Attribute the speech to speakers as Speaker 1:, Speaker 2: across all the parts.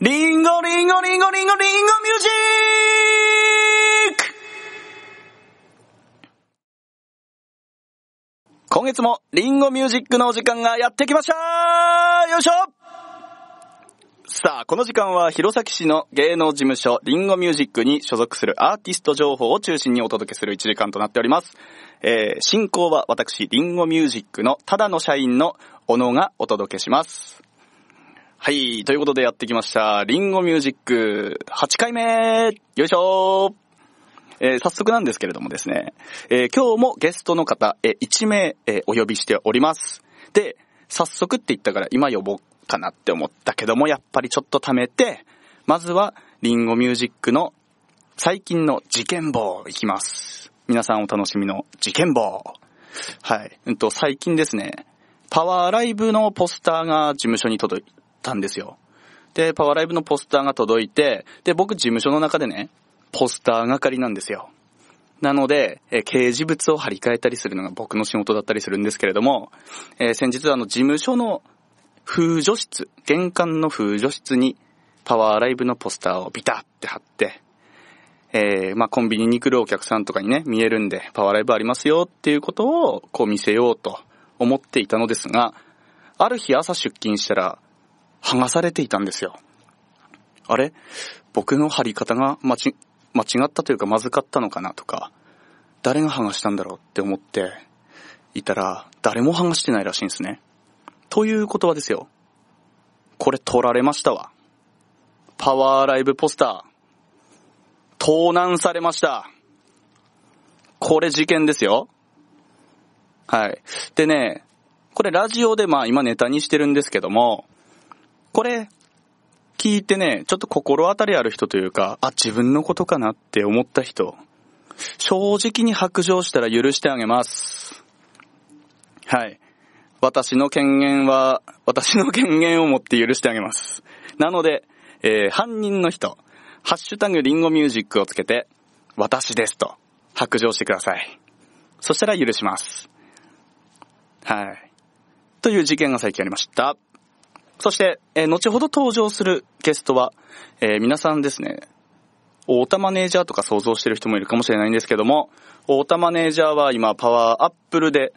Speaker 1: リンゴリンゴリンゴリンゴリンゴミュージック今月もリンゴミュージックのお時間がやってきましたよいしょさあ、この時間は弘前市の芸能事務所リンゴミュージックに所属するアーティスト情報を中心にお届けする1時間となっております。えー、進行は私、リンゴミュージックのただの社員の小野がお届けします。はい。ということでやってきました。リンゴミュージック8回目よいしょーえー早速なんですけれどもですね、えー今日もゲストの方、え1名、えーお呼びしております。で、早速って言ったから今呼ぼうかなって思ったけども、やっぱりちょっと溜めて、まずはリンゴミュージックの最近の事件簿いきます。皆さんお楽しみの事件簿。はい。うんと、最近ですね、パワーライブのポスターが事務所に届いたんですよ。で、パワーライブのポスターが届いて、で、僕事務所の中でね、ポスター係なんですよ。なので、えー掲示物を張り替えたりするのが僕の仕事だったりするんですけれども、えー先日あの事務所の風除室、玄関の風除室にパワーライブのポスターをビタって貼って、えーまあコンビニに来るお客さんとかにね、見えるんで、パワーライブありますよっていうことをこう見せようと思っていたのですが、ある日朝出勤したら、剥がされていたんですよ。あれ僕の貼り方が間ち間違ったというかまずかったのかなとか、誰が剥がしたんだろうって思っていたら、誰も剥がしてないらしいんですね。ということはですよ。これ取られましたわ。パワーライブポスター、盗難されました。これ事件ですよ。はい。でね、これラジオでまあ今ネタにしてるんですけども、これ聞いてね、ちょっと心当たりある人というか、あ、自分のことかなって思った人、正直に白状したら許してあげます。はい。私の権限は、私の権限を持って許してあげます。なので、えー犯人の人、ハッシュタグリンゴミュージックをつけて、私ですと白状してください。そしたら許します。はい。という事件が最近ありました。そして、えー後ほど登場するゲストは、えー皆さんですね、太田マネージャーとか想像してる人もいるかもしれないんですけども、太田マネージャーは今パワーアップルで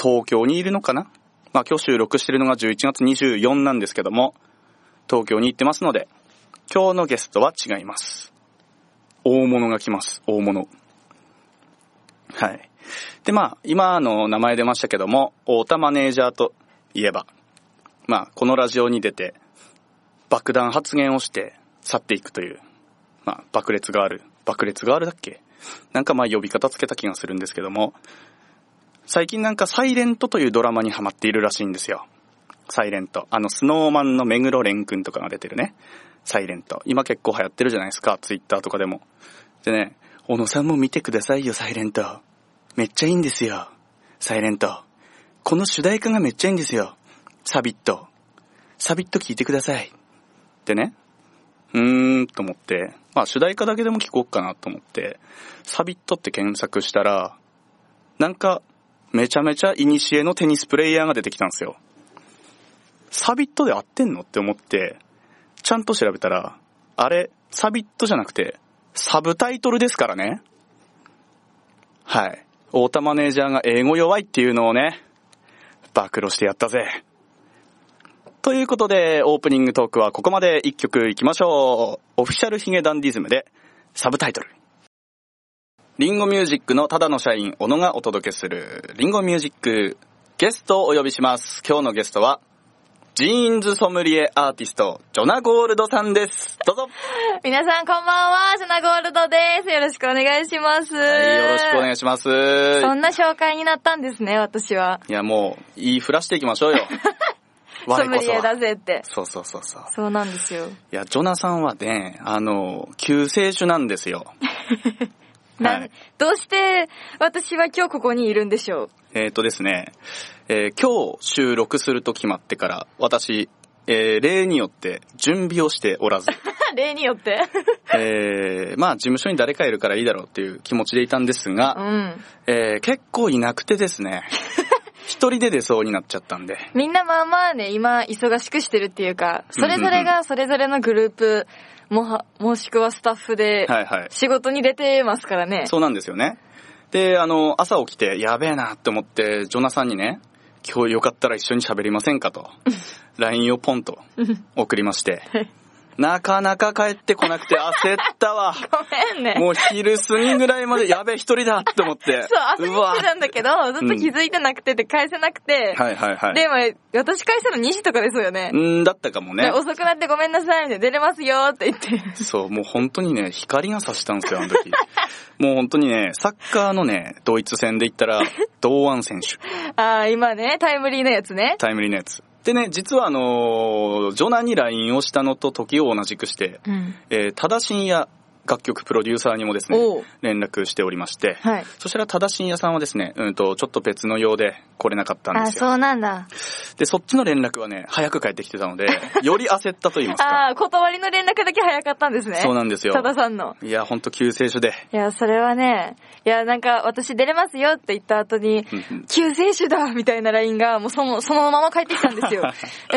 Speaker 1: 東京にいるのかなまあ今日収録してるのが11月24なんですけども、東京に行ってますので、今日のゲストは違います。大物が来ます、大物。はい。でまあ今あの名前出ましたけども、太田マネージャーといえば、まあこのラジオに出て爆弾発言をして去っていくという、まあ、爆裂がある。爆裂があるだっけなんかまあ呼び方つけた気がするんですけども、最近なんかサイレントというドラマにハマっているらしいんですよ。サイレント。あの、スノーマンの目黒蓮くんとかが出てるね。サイレント。今結構流行ってるじゃないですか。ツイッターとかでも。でね、小野さんも見てくださいよ、サイレント。めっちゃいいんですよ。サイレント。この主題歌がめっちゃいいんですよ。サビット。サビット聞いてください。でね、うーんと思って、まあ主題歌だけでも聞こうかなと思って、サビットって検索したら、なんか、めちゃめちゃ古のテニスプレイヤーが出てきたんですよ。サビットで合ってんのって思って、ちゃんと調べたら、あれ、サビットじゃなくて、サブタイトルですからね。はい。太田マネージャーが英語弱いっていうのをね、暴露してやったぜ。ということで、オープニングトークはここまで一曲いきましょう。オフィシャルヒゲダンディズムで、サブタイトル。リンゴミュージックのただの社員、小野がお届けする、リンゴミュージック、ゲストをお呼びします。今日のゲストは、ジーンズソムリエアーティスト、ジョナ・ゴールドさんです。どうぞ。
Speaker 2: 皆さんこんばんは、ショナゴールドです。よろしくお願いします。
Speaker 1: はい、よろしくお願いします。
Speaker 2: そ
Speaker 1: い
Speaker 2: んな紹介になったんですね、私は。
Speaker 1: や、もう、言いふらしていきましょう よ。
Speaker 2: ソ
Speaker 1: 我
Speaker 2: ム
Speaker 1: こ
Speaker 2: リ
Speaker 1: そ
Speaker 2: エだ
Speaker 1: は。
Speaker 2: ぜって。
Speaker 1: そうそうそうそう。
Speaker 2: そうなんですよ。
Speaker 1: いや、ジョナさんはね、あの、救世主なんです よ。
Speaker 2: な
Speaker 1: はい
Speaker 2: んどうして私は今日ここにいるんで しょう
Speaker 1: えっ、とですね、えー今日収録すると決まってから、私、えー例によって準備をしておら ず、
Speaker 2: 例によって。
Speaker 1: えーまあ事務所に誰かいるからいいだろうっていう気持ちでいたんです
Speaker 2: う
Speaker 1: が、
Speaker 2: ん。
Speaker 1: えー結構いなくてですね、一人で出そうになっちゃったんで。
Speaker 2: みんなまあまあね、今、忙しくしてるっていうか、それぞれがそれぞれのグループ、もは、もしくはスタッフで、
Speaker 1: はいはい。
Speaker 2: 仕事に出てますからね。
Speaker 1: そうなんですよね。で、あの、朝起きて、やべえなって思って、ジョナさんにね、今日よかったら一緒に喋りませんかと、LINE をポンと送りまして、なかなか帰ってこなくて焦ったわ。
Speaker 2: ごめんね。
Speaker 1: もう昼過ぎぐらいまで、やべえ一人だって思って。
Speaker 2: そう、朝に来てたんだけど、ずっと
Speaker 1: うん
Speaker 2: 気づいてなくてで返せなくて、
Speaker 1: はいはいはい。
Speaker 2: でも、私返したの2時とかですよね。
Speaker 1: うんだったかも
Speaker 2: で
Speaker 1: ね。
Speaker 2: 遅くなってごめんなさい、みたいな。出れますよって言 って。
Speaker 1: そう、もう本当にね、光が差したんですよ、あの時。 もう本当にね、サッカーのね、ドイツ戦で言ったら、堂安選手。
Speaker 2: ああ、今ね、タイムリーなやつね。
Speaker 1: タイムリーなやつ。でね、実はあのージョナに LINE をしたのと時を同じくして、
Speaker 2: うん。
Speaker 1: えー、ただしんや楽曲プロデューサーにもですね
Speaker 2: おう、
Speaker 1: 連絡しておりまして、
Speaker 2: はい。
Speaker 1: そしたらただしんやさんはですね、うんと、ちょっと別の用で来れなかったん
Speaker 2: あ
Speaker 1: ですよ。
Speaker 2: そうなんだ。
Speaker 1: で、そっちの連絡はね、早く帰ってきてた ので、より焦ったと言いますか。
Speaker 2: ああ、断りの連絡だけ早かったんですね。
Speaker 1: そうなんですよ
Speaker 2: 多田さんの。
Speaker 1: いや、ほんと救世主で。
Speaker 2: いや、それはね、いや、なんか、私出れますよって言った後に
Speaker 1: うんうん、
Speaker 2: 救世主だみたいな LINE が、もうその、そのまま返ってきたんで すよ。え、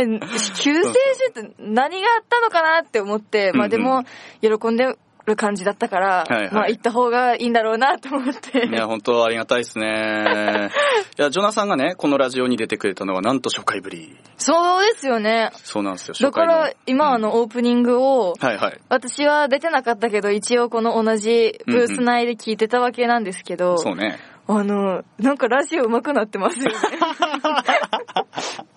Speaker 2: 救世主って何があったのかなって思って、まあでも、喜んでる感じだったから、
Speaker 1: はいはい
Speaker 2: まあ行った方がいいんだろうなと思って。
Speaker 1: いや、本当ありがたいです ね。いや、ジョナさんがね、このラジオに出てくれたのは、なんと初回ぶり。
Speaker 2: そうですよね。
Speaker 1: そうなんですよ、初
Speaker 2: だか
Speaker 1: 回の。
Speaker 2: ら、今あの、オープニングを、
Speaker 1: はいはい。
Speaker 2: 私は出てなかったけど、一応この同じブース内で聞いてたわけなんですけど、
Speaker 1: そうね。
Speaker 2: あの、なんかラジオ上手くなってます よね。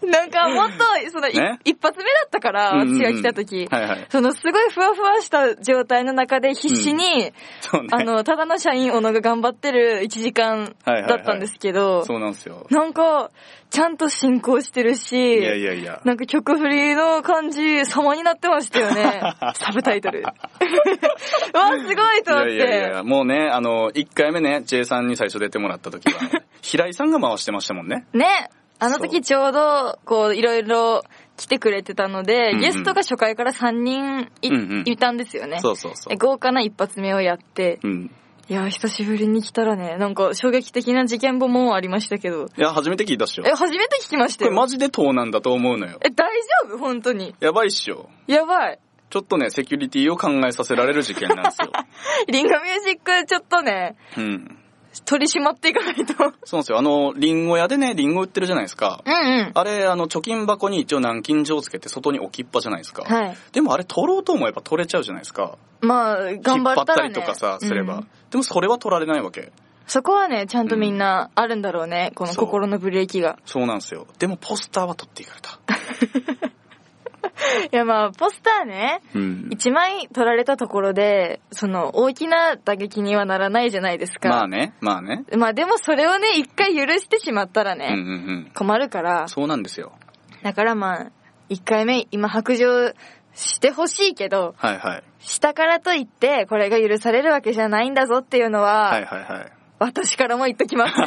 Speaker 2: なんかもっと、その、い
Speaker 1: ね
Speaker 2: 一発目だったから、
Speaker 1: うんうんうん
Speaker 2: 私が来た時、
Speaker 1: はいはい。
Speaker 2: そのすごいふわふわした状態の中で必死に、
Speaker 1: そうね。
Speaker 2: あの、ただの社員小野が頑張ってる1時間
Speaker 1: はいはいはい
Speaker 2: だったんですけど、
Speaker 1: そうなんですよ。
Speaker 2: なんか、ちゃんと進行してる
Speaker 1: い
Speaker 2: し、
Speaker 1: やいやいや。
Speaker 2: なんか曲振りの感じ、様になってましたよ ね。サブタイトル。うわ、 すごいと思っ
Speaker 1: いやいやい
Speaker 2: て。
Speaker 1: や、もうね、あの、1回目ね、J さんに最初出てもらった時 は、平井さんが回してましたもんね。
Speaker 2: ね。あの時ちょうど、こう、いろいろ来てくれてたの
Speaker 1: う
Speaker 2: で、
Speaker 1: んうん
Speaker 2: ゲストが初回から3人い,、
Speaker 1: うんうん
Speaker 2: たんですよね。
Speaker 1: そうそうそう
Speaker 2: で。豪華な一発目をやって、
Speaker 1: うん。
Speaker 2: いや、久しぶりに来たらね、なんか衝撃的な事件簿もありましたけど、
Speaker 1: いや、初めて聞いたっしょ。
Speaker 2: え、
Speaker 1: こ
Speaker 2: 初めて聞きました
Speaker 1: れ
Speaker 2: よ。
Speaker 1: マジで盗難だと思うのよ。
Speaker 2: え、大丈夫本当に。
Speaker 1: やばいっしょ。
Speaker 2: やば い。
Speaker 1: ちょっとね、セキュリティを考えさせられる事件なんで すよ。
Speaker 2: リンゴミュージック、ちょっとね、
Speaker 1: うん。
Speaker 2: 取り締まっていかないと。うん
Speaker 1: そうなんですよ。あの、リンゴ屋でね、リンゴ売ってるじゃないですか。
Speaker 2: うん。
Speaker 1: あれ、あの、貯金箱に一応南京錠つけて外に置きっぱじゃないですか。
Speaker 2: はい。
Speaker 1: でもあれ取ろうと思えば取れちゃうじゃないですか。
Speaker 2: まあ、頑張
Speaker 1: 引っ
Speaker 2: ったら、ね、
Speaker 1: 張ったりとかさ、すれば。
Speaker 2: うん
Speaker 1: でもそれは取られないわけ。
Speaker 2: そこはね、ちゃんとみんなあるんだろうね、この
Speaker 1: そう
Speaker 2: 心のブレーキが。
Speaker 1: そうなんですよ。でもポスターは取っていかれた。
Speaker 2: いやまあ、ポスターね、
Speaker 1: うん。
Speaker 2: 1枚取られたところで、その、大きな打撃にはならないじゃないですか。
Speaker 1: まあね、まあね。
Speaker 2: まあでもそれをね、一回許してしまったら
Speaker 1: うんう
Speaker 2: ね、
Speaker 1: んうん。
Speaker 2: 困るから、
Speaker 1: そうなんですよ。
Speaker 2: だからまあ、一回目、今白状してほしいけど、
Speaker 1: はいはい。
Speaker 2: したからといって、これが許されるわけじゃないんだぞっていうのは、
Speaker 1: はいはいはい。
Speaker 2: 私からも言っときます ね。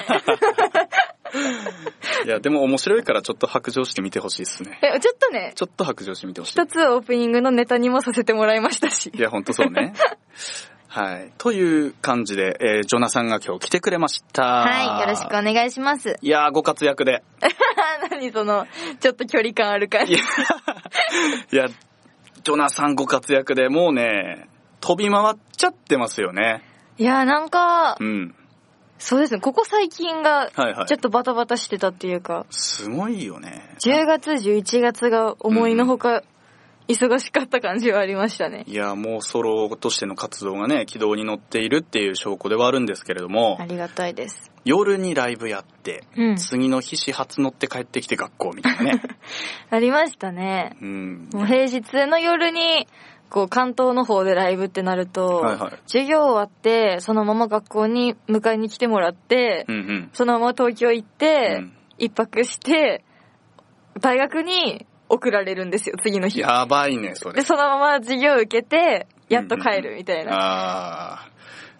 Speaker 1: いや、でも面白いからちょっと白状してみてほしいですね。
Speaker 2: えちょっとね、
Speaker 1: ちょっと白状してみてほしい。
Speaker 2: 一つオープニングのネタにもさせてもらいましたし
Speaker 1: い。や、ほんとそう ね。はい。という感じで、えージョナさんが今日来てくれました。
Speaker 2: はい、よろしくお
Speaker 1: い
Speaker 2: 願いします。
Speaker 1: やー、ご活躍で。
Speaker 2: 何その、ちょっと距離感ある感
Speaker 1: い
Speaker 2: じ
Speaker 1: や。、いや、ジョナさんご活躍でもうね、飛び回っちゃってますよね。
Speaker 2: いや、なんか
Speaker 1: う、ん。
Speaker 2: そうですね、ここ最近が、
Speaker 1: はいはい
Speaker 2: ちょっとバタバタしてたっていうか、
Speaker 1: すごいよね。
Speaker 2: 10月、11月が思いのほか、忙しかった感じはありましたね。
Speaker 1: いや、もうソロとしての活動がね、軌道に乗っているっていう証拠ではあるんですけれども
Speaker 2: あ、りがたいです。
Speaker 1: 夜にライブやって、
Speaker 2: うん
Speaker 1: 次の日始発乗って帰ってきて学校みたいな ね。
Speaker 2: ありましたね。
Speaker 1: うん。
Speaker 2: もう平日の夜に、こう、関東の方でライブってなると、
Speaker 1: はいはい
Speaker 2: 授業終わって、そのまま学校に迎えに来てもらって、
Speaker 1: うんうん。
Speaker 2: そのまま東京行って、
Speaker 1: うん
Speaker 2: 一泊して、大学に送られるんですよ、次の日。
Speaker 1: やばいね、そ
Speaker 2: で、
Speaker 1: れ。
Speaker 2: そのまま授業受けて、やっと帰るみたいな
Speaker 1: ああ、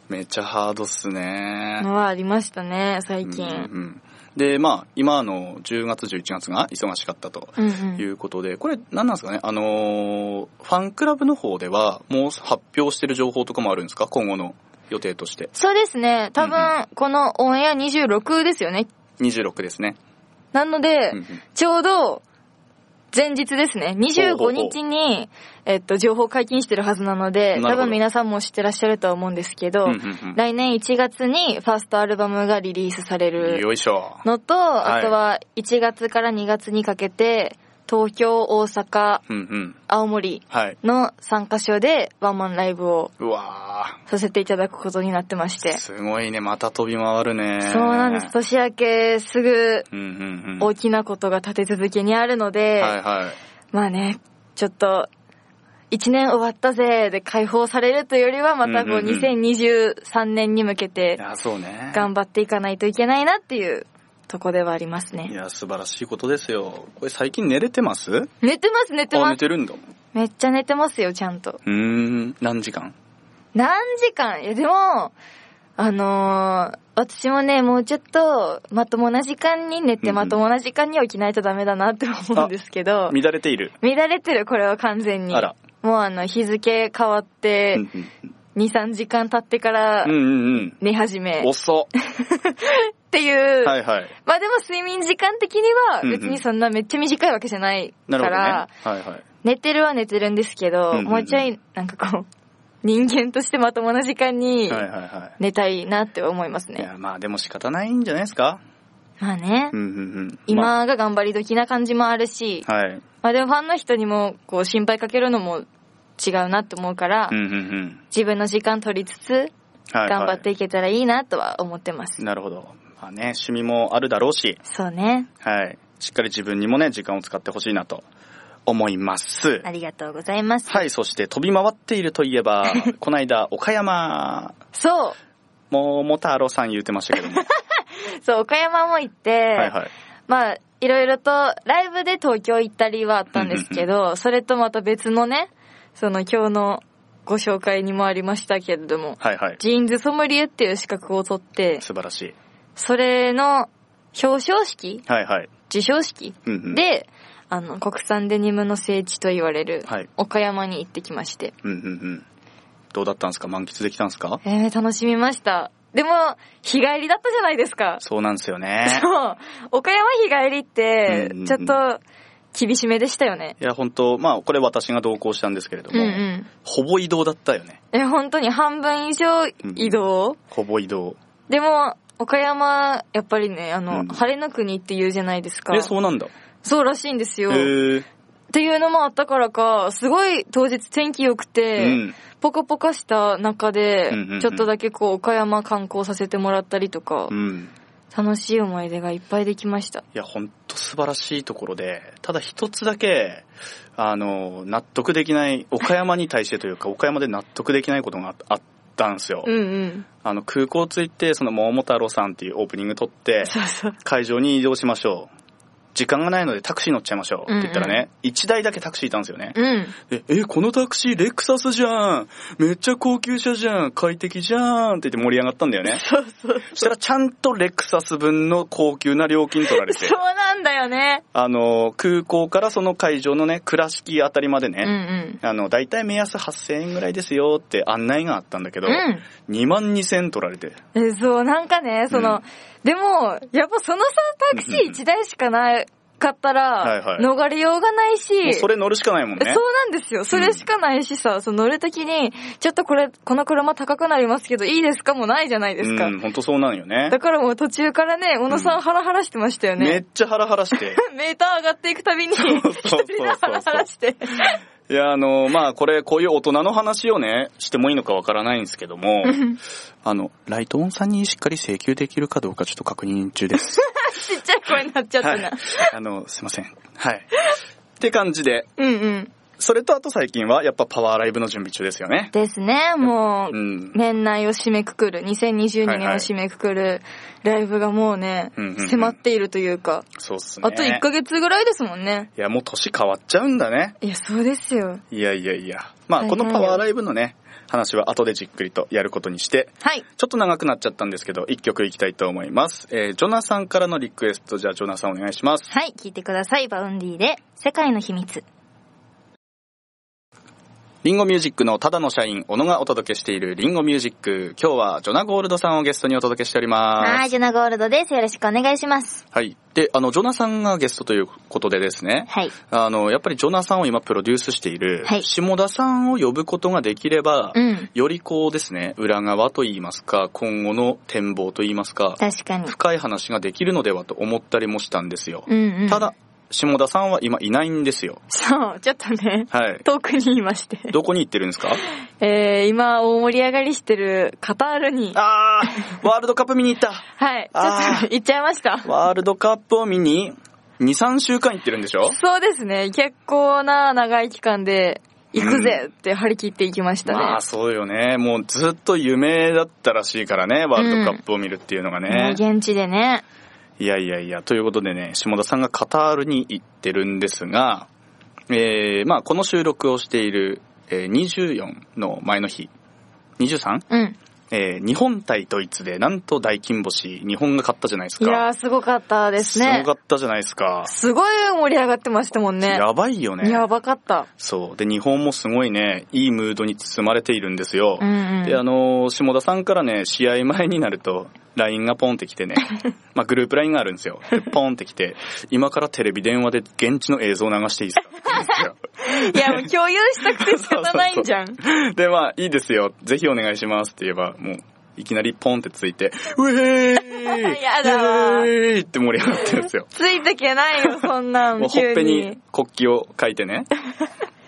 Speaker 1: めっちゃハードっすね。
Speaker 2: のはありましたね、最
Speaker 1: うんう
Speaker 2: 近。
Speaker 1: ん。で、まあ、今あの10月、11月が忙しかったと。
Speaker 2: うんう
Speaker 1: い
Speaker 2: ん。
Speaker 1: うことで、これ何なんですかねあのーファンクラブの方ではもう発表してる情報とかもあるんですか今後の予定として。
Speaker 2: そうですね、多
Speaker 1: うん
Speaker 2: 分、このオンエア26ですよね。
Speaker 1: 26ですね。
Speaker 2: なので
Speaker 1: うんうん、
Speaker 2: ちょうど、前日ですね。
Speaker 1: ほうほ
Speaker 2: 25
Speaker 1: うほう
Speaker 2: 日に、えっと、情報解禁してるはずなの
Speaker 1: なる
Speaker 2: で、
Speaker 1: ほど
Speaker 2: 多分皆さんも知ってらっしゃるとは思うんですけど
Speaker 1: うん、うんうん
Speaker 2: 来年1月にファーストアルバムがリリースされる
Speaker 1: よいしょ。
Speaker 2: のと、
Speaker 1: い
Speaker 2: あとは1月から2月にかけて、東京、大阪、
Speaker 1: うんうん。
Speaker 2: 青森
Speaker 1: はい。
Speaker 2: の3カ所でワンマンライブを
Speaker 1: うわ
Speaker 2: させていただくことになってまして
Speaker 1: ー。。すごいね。また飛び回るね。
Speaker 2: そうなんです。。年明けすぐ
Speaker 1: うんうんうん。
Speaker 2: 大きなことが立て続けにあるので、
Speaker 1: はいはい。
Speaker 2: まあね、ちょっと、一年終わったぜで解放されるというよりは、またこう
Speaker 1: うんうんうん
Speaker 2: 2023年に向けて
Speaker 1: いや、そうね。
Speaker 2: 頑張っていかないといけないなっていうとこではあります
Speaker 1: い
Speaker 2: ね。
Speaker 1: や、素晴らしいことですよ。これ最近寝れてます
Speaker 2: 寝てます、寝て
Speaker 1: あ、
Speaker 2: ま
Speaker 1: 寝
Speaker 2: す。
Speaker 1: てるんだ。
Speaker 2: めっちゃ寝てますよ、ちゃんと。
Speaker 1: うーん。何時間
Speaker 2: 何時間いや、でも、あのー私もね、もうちょっと、まともな時間に寝て、
Speaker 1: うんうん
Speaker 2: まともな時間に起きないとダメだなって思うんですけど、
Speaker 1: 乱れている。
Speaker 2: 乱れてる、これは完全に。
Speaker 1: あら。
Speaker 2: もうあの、日付変わっ
Speaker 1: う
Speaker 2: て、
Speaker 1: んうん
Speaker 2: 2、3時間経ってから
Speaker 1: うんうんうん。
Speaker 2: 寝始めっ
Speaker 1: 遅。
Speaker 2: ていう、
Speaker 1: はいはい。
Speaker 2: まあでも睡眠時間的には
Speaker 1: うんうん
Speaker 2: 別にそんなめっちゃ短いわけじゃない
Speaker 1: な
Speaker 2: か
Speaker 1: るほどね。
Speaker 2: ら、
Speaker 1: はいはい。
Speaker 2: 寝てるは寝てるんですけど、
Speaker 1: うんうんうん
Speaker 2: もうちょいなんかこう、人間としてまともな時間に
Speaker 1: はいはいは
Speaker 2: 寝たいなって思います
Speaker 1: い。い
Speaker 2: ね。
Speaker 1: や、まあでも仕方ないんじゃないですか
Speaker 2: まあね
Speaker 1: う、んうんうん。まあ。
Speaker 2: 今が頑張り時な感じもあるし、
Speaker 1: はい。
Speaker 2: まあでもファンの人にもこう心配かけるのも違うなって思うから、
Speaker 1: うんうんうん。
Speaker 2: 自分の時間取りつつ、
Speaker 1: はいはい。
Speaker 2: 頑張っていけたらいいなとは思ってます。
Speaker 1: なるほど。まあね、趣味もあるだろうし、
Speaker 2: そうね。
Speaker 1: はい。しっかり自分にもね、時間を使ってほしいなと思います。
Speaker 2: ありがとうございます。
Speaker 1: はい、そして飛び回っているといえ ば、この間、岡山、
Speaker 2: そう。
Speaker 1: 桃太郎さん言ってましたけども。
Speaker 2: そう、岡山も行って、
Speaker 1: はいはい。
Speaker 2: まあ、いろいろとライブで東京行ったりはあったんですけど、それとまた別のね、その今日のご紹介にもありましたけれども、
Speaker 1: はいはい。
Speaker 2: ジーンズソムリエっていう資格を取って、
Speaker 1: 素晴らしい。
Speaker 2: それの表彰式
Speaker 1: はいはい。
Speaker 2: 受賞式
Speaker 1: うんうん、
Speaker 2: で、あの、国産デニムの聖地と言われる
Speaker 1: はい、
Speaker 2: 岡山に行ってきまして、
Speaker 1: うんうんうん。どうだったんですか満喫できたんですか
Speaker 2: えー、楽しみました。でも、日帰りだったじゃないですか。
Speaker 1: そうなんですよね。
Speaker 2: そう。岡山日帰りって
Speaker 1: うんうんう、ん
Speaker 2: ちょっと厳しめでしたよね。
Speaker 1: いや、本当まあ、これ私が同行したんですけれど
Speaker 2: うん
Speaker 1: も、
Speaker 2: うん。
Speaker 1: ほぼ移動だったよね。
Speaker 2: え、本当に半分以上移動、
Speaker 1: ほぼ移動。
Speaker 2: でも、岡山、やっぱりね、あの、
Speaker 1: うん
Speaker 2: 晴れの国って言うじゃないですか。
Speaker 1: え、そうなんだ。
Speaker 2: そうらしいんです
Speaker 1: へ
Speaker 2: よ。
Speaker 1: ー
Speaker 2: っていうのもあったからか、すごい当日天気良くて、
Speaker 1: うん。
Speaker 2: ポカポカした中で、
Speaker 1: うんうんうん
Speaker 2: ちょっとだけこう、岡山観光させてもらったりとか、
Speaker 1: うん。
Speaker 2: 楽しい思い出がいっぱいできました。
Speaker 1: いや、ほんと素晴らしいところで、ただ一つだけ、あの、納得できない、岡山に対してというか、岡山で納得できないことがあったんですよ。
Speaker 2: うんうん。
Speaker 1: あの、空港着いて、その、桃太郎さんっていうオープニング撮って、
Speaker 2: そうそう。
Speaker 1: 会場に移動しましょう。時間がないのでタクシー乗っちゃいましょう。って言ったらね、一台だけタクシーいたんですよね。
Speaker 2: うん。
Speaker 1: でえ、このタクシーレクサスじゃんめっちゃ高級車じゃん快適じゃんって言って盛り上がったんだよね。
Speaker 2: そうそう。
Speaker 1: そしたらちゃんとレクサス分の高級な料金取られ
Speaker 2: そ
Speaker 1: て
Speaker 2: う。なんだよね。
Speaker 1: あの、空港からその会場のね、倉敷あたりまで
Speaker 2: うん
Speaker 1: ね、あの、大体目安8000円ぐらいですよって案内があったんだけ
Speaker 2: う
Speaker 1: ど、
Speaker 2: ん。
Speaker 1: 2万2000取られて。
Speaker 2: うん。えそう、なんかね、そ
Speaker 1: う
Speaker 2: の、
Speaker 1: ん
Speaker 2: でも、やっぱそのさ、タクシー1台しかなかった
Speaker 1: はいは
Speaker 2: ら、
Speaker 1: い
Speaker 2: 逃れようがないし、
Speaker 1: もうそれ乗るしかないもん
Speaker 2: え
Speaker 1: ね
Speaker 2: そ。うなんですよ。それしかないしさ、その乗るときに、ちょっとこれ、この車高くなりますけど、いいですかもないじゃないですか。
Speaker 1: うん、ほんとそうなんよね
Speaker 2: だ。からもう途中からね、小野さ
Speaker 1: うん
Speaker 2: んハラハラしてましたよ
Speaker 1: めっ
Speaker 2: ね。
Speaker 1: ちゃハラハラして。
Speaker 2: メーター上がっていくたびに、 一
Speaker 1: そうそうそう
Speaker 2: 人でハラハラして。
Speaker 1: いや、あの、まあ、これ、こういう大人の話をね、してもいいのかわからないんですけども、あの、ライトオンさんにしっかり請求できるかどうかちょっと確認中です。
Speaker 2: ちっちゃい声になっちゃった
Speaker 1: はい
Speaker 2: な。。
Speaker 1: あの、すいません。はい。って感じで、
Speaker 2: うんうん。
Speaker 1: それとあと最近はやっぱパワーライブの準備中ですよね。
Speaker 2: ですね、もう
Speaker 1: う、ん。
Speaker 2: 年内を締めくくる、2022
Speaker 1: はい
Speaker 2: 年を
Speaker 1: はい
Speaker 2: 締めくくるライブがもうね
Speaker 1: うんうんうん、
Speaker 2: 迫っているというか、
Speaker 1: そうっすね。
Speaker 2: あと1ヶ月ぐらいですもんね。
Speaker 1: いや、もう年変わっちゃうんだね。
Speaker 2: いや、そうですよ。
Speaker 1: いやいやいや。まあ、
Speaker 2: 大
Speaker 1: こ
Speaker 2: 変よ
Speaker 1: のパワーライブのね、話は後でじっくりとやることにして、
Speaker 2: はい。
Speaker 1: ちょっと長くなっちゃったんですけど、一曲いきたいと思います。えー、ジョナさんからのリクエスト、じゃあジョナさんお願いします。
Speaker 2: はい、聞いてください。バウンディで、世界の秘密。
Speaker 1: リンゴミュージックのただの社員、小野がお届けしているリンゴミュージック。今日はジョナ・ゴールドさんをゲストにお届けしております。
Speaker 3: はい、ジョナゴールドです。よろしくお願いします。
Speaker 1: はい。で、あの、ジョナさんがゲストということでですね、
Speaker 3: はい。
Speaker 1: あの、やっぱりジョナさんを今プロデュースしている
Speaker 3: は、い
Speaker 1: 下田さんを呼ぶことができれば、
Speaker 3: うん。
Speaker 1: よりこうですね、裏側といいますか、今後の展望といいますか、
Speaker 3: 確かに。
Speaker 1: 深い話ができるのではと思ったりもしたんですよ。
Speaker 3: うんうん。
Speaker 1: た。だ、下田さんは今いないんですよ。
Speaker 2: そう、ちょっとね、
Speaker 1: はい。
Speaker 2: 遠くにいまして。
Speaker 1: どこに行ってるんですか
Speaker 2: えー、今、大盛り上がりしてるカタールに、
Speaker 1: あー、ワールドカップ見に行った
Speaker 2: はい、ちょ
Speaker 1: あ
Speaker 2: っと行っちゃいました。
Speaker 1: ワールドカップを見に、2、3週間行ってるんでしょ
Speaker 2: そうですね、結構な長い期間で、行くぜって張り切っていきましたね。
Speaker 1: まあそうよね。もうずっと夢だったらしいからね、ワールドカップを見るっていうのがね。
Speaker 3: 現地でね。
Speaker 1: いやいやいや、ということでね、下田さんがカタールに行ってるんですが、えー、まあこの収録をしている、えー24の前の日、23?
Speaker 3: うん。
Speaker 1: えー日本対ドイツでなんと大金星、日本が勝ったじゃないですか。
Speaker 2: いやー、すごかったです
Speaker 1: す
Speaker 2: ね。
Speaker 1: ごかったじゃないですか。
Speaker 2: すごい盛り上がってましたもんね。
Speaker 1: やばいよね。
Speaker 2: やばかった。
Speaker 1: そう。で、日本もすごいね、いいムードに包まれているんですよ。
Speaker 3: うんうん。
Speaker 1: で、あのー下田さんからね、試合前になると、LINE がポンって来て ね、まあグループ LINE があるんですよ。で、ポンって来て、今からテレビ電話で現地の映像を流していいですかって言うんですよ
Speaker 2: いや、もう共有したくて仕方ないんじゃん。
Speaker 1: で、まあ、いいですよ。ぜひお願いしますって言えば、もう、いきなりポンってついて、ウェーイ
Speaker 2: やだわ
Speaker 1: ウェーイって盛り上がってるんですよ。
Speaker 2: ついてけないよ、そんなん。
Speaker 1: もうほっ
Speaker 2: 急
Speaker 1: ぺに。国旗を書いて ね。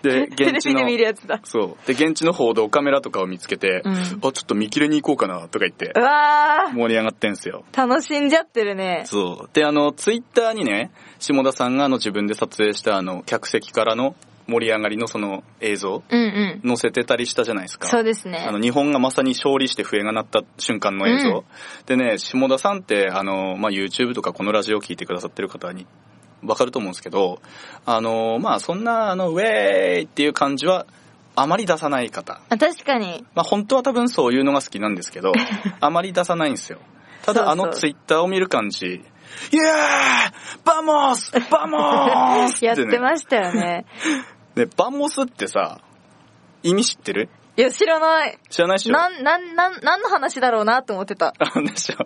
Speaker 1: で、
Speaker 2: テレ
Speaker 1: 現地
Speaker 2: ビで
Speaker 1: の、
Speaker 2: 見るやつだ。
Speaker 1: そう。で、現地の報道カメラとかを見つけて、
Speaker 3: うん
Speaker 1: あ、ちょっと見切れに行こうかなとか言って
Speaker 2: う、わー。
Speaker 1: 盛り上がってんすよ。
Speaker 2: 楽しんじゃってるね。
Speaker 1: そう。で、あの、ツイッターにね、下田さんがあの自分で撮影したあの、客席からの盛り上がりのその映像、
Speaker 3: うんうん。
Speaker 1: 載せてたりしたじゃないですか。
Speaker 3: そうですね
Speaker 1: あ。の、日本がまさに勝利して笛が鳴った瞬間の映像。
Speaker 3: う
Speaker 1: でね、下田さんって、あの、まあ、YouTube とかこのラジオを聞いてくださってる方に、わかると思うんですけど、あの、まあ、そんな、あの、ウェーイっていう感じは、あまり出さない方。
Speaker 3: あ確かに。
Speaker 1: まあ、本当は多分そういうのが好きなんです けど、あまり出さないんですよ。ただ、
Speaker 2: そうそう
Speaker 1: あのツイッターを見る感じ、イエーバモスバ モス
Speaker 2: やっ
Speaker 1: って
Speaker 2: て
Speaker 1: ね。
Speaker 2: ましたよね。
Speaker 1: で、バモスってさ、意味知ってる
Speaker 2: いや、知らない。
Speaker 1: 知らないっしょ
Speaker 2: なん、なん、なん、何の話だろうなって思ってた。
Speaker 1: あの私は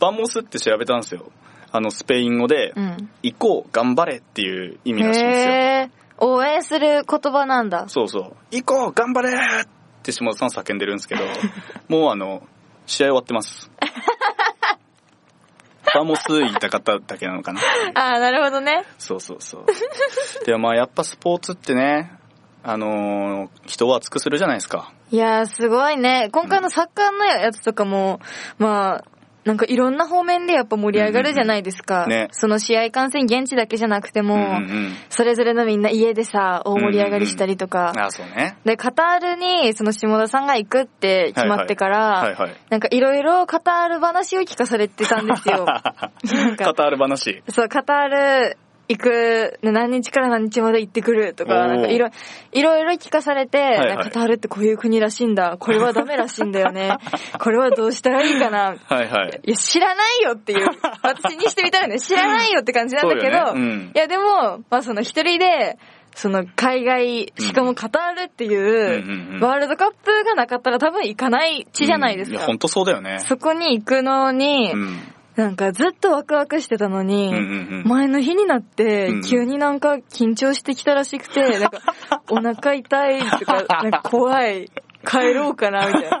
Speaker 1: バモスって調べたんですよ。あの、スペイン語で、
Speaker 3: うん。
Speaker 1: 行こう、頑張れっていう意味らしいんですよ。
Speaker 3: へえ。応援する言葉なんだ。
Speaker 1: そうそう。行こう、頑張れって下田さん叫んでるん ですけど、もうあの、試合終わってます。バモス言いたかっただけなのかな。
Speaker 2: あー、なるほどね。
Speaker 1: そうそうそう。で、まあやっぱスポーツってね、あのー人を熱くするじゃないですか。
Speaker 2: いやー、すごいね。今回のサッカーのやつとかも、まあ、なんかいろんな方面でやっぱ盛り上がるじゃないですか。
Speaker 1: うんうんうんね
Speaker 2: その試合観戦現地だけじゃなくても、
Speaker 1: うんうん。
Speaker 2: それぞれのみんな家でさ、大盛り上がりしたりとか。
Speaker 1: ああ、そうね。
Speaker 2: で、カタールにその下田さんが行くって決まってから、
Speaker 1: はいはい。
Speaker 2: なんかいろいろカタール話を聞かされてたんです よ。なん
Speaker 1: カ
Speaker 2: か、
Speaker 1: タール話。
Speaker 2: そう、カタール行く、何日から何日まで行ってくると
Speaker 1: おー
Speaker 2: か、なんかいろいろいろ聞かされて、
Speaker 1: いはい
Speaker 2: なんかカタールってこういう国らしいんだ、これはダメらしいんだ よね、これはどうしたらいいかな。
Speaker 1: はいはい。
Speaker 2: いや、知らないよっ ていう、私にしてみたらね、知らないよって感じなんだけ
Speaker 1: そ
Speaker 2: ど、
Speaker 1: うよねうん
Speaker 2: いやでも、まあその一人で、その海外、しかもカタールって
Speaker 1: うんうんう
Speaker 2: い
Speaker 1: ん
Speaker 2: う、ワールドカップがなかったら多分行かない地じゃないです
Speaker 1: うんいや、
Speaker 2: か。
Speaker 1: 本当そうだよね。
Speaker 2: そこに行くのに、
Speaker 1: うん。
Speaker 2: なんかずっとワクワクしてたのに、
Speaker 1: うんうん うん
Speaker 2: 前の日になって
Speaker 1: うん、
Speaker 2: 急になんか緊張してきたらしく て、なんか、お腹痛いとか、なんか怖い、帰ろうかな、みたいな。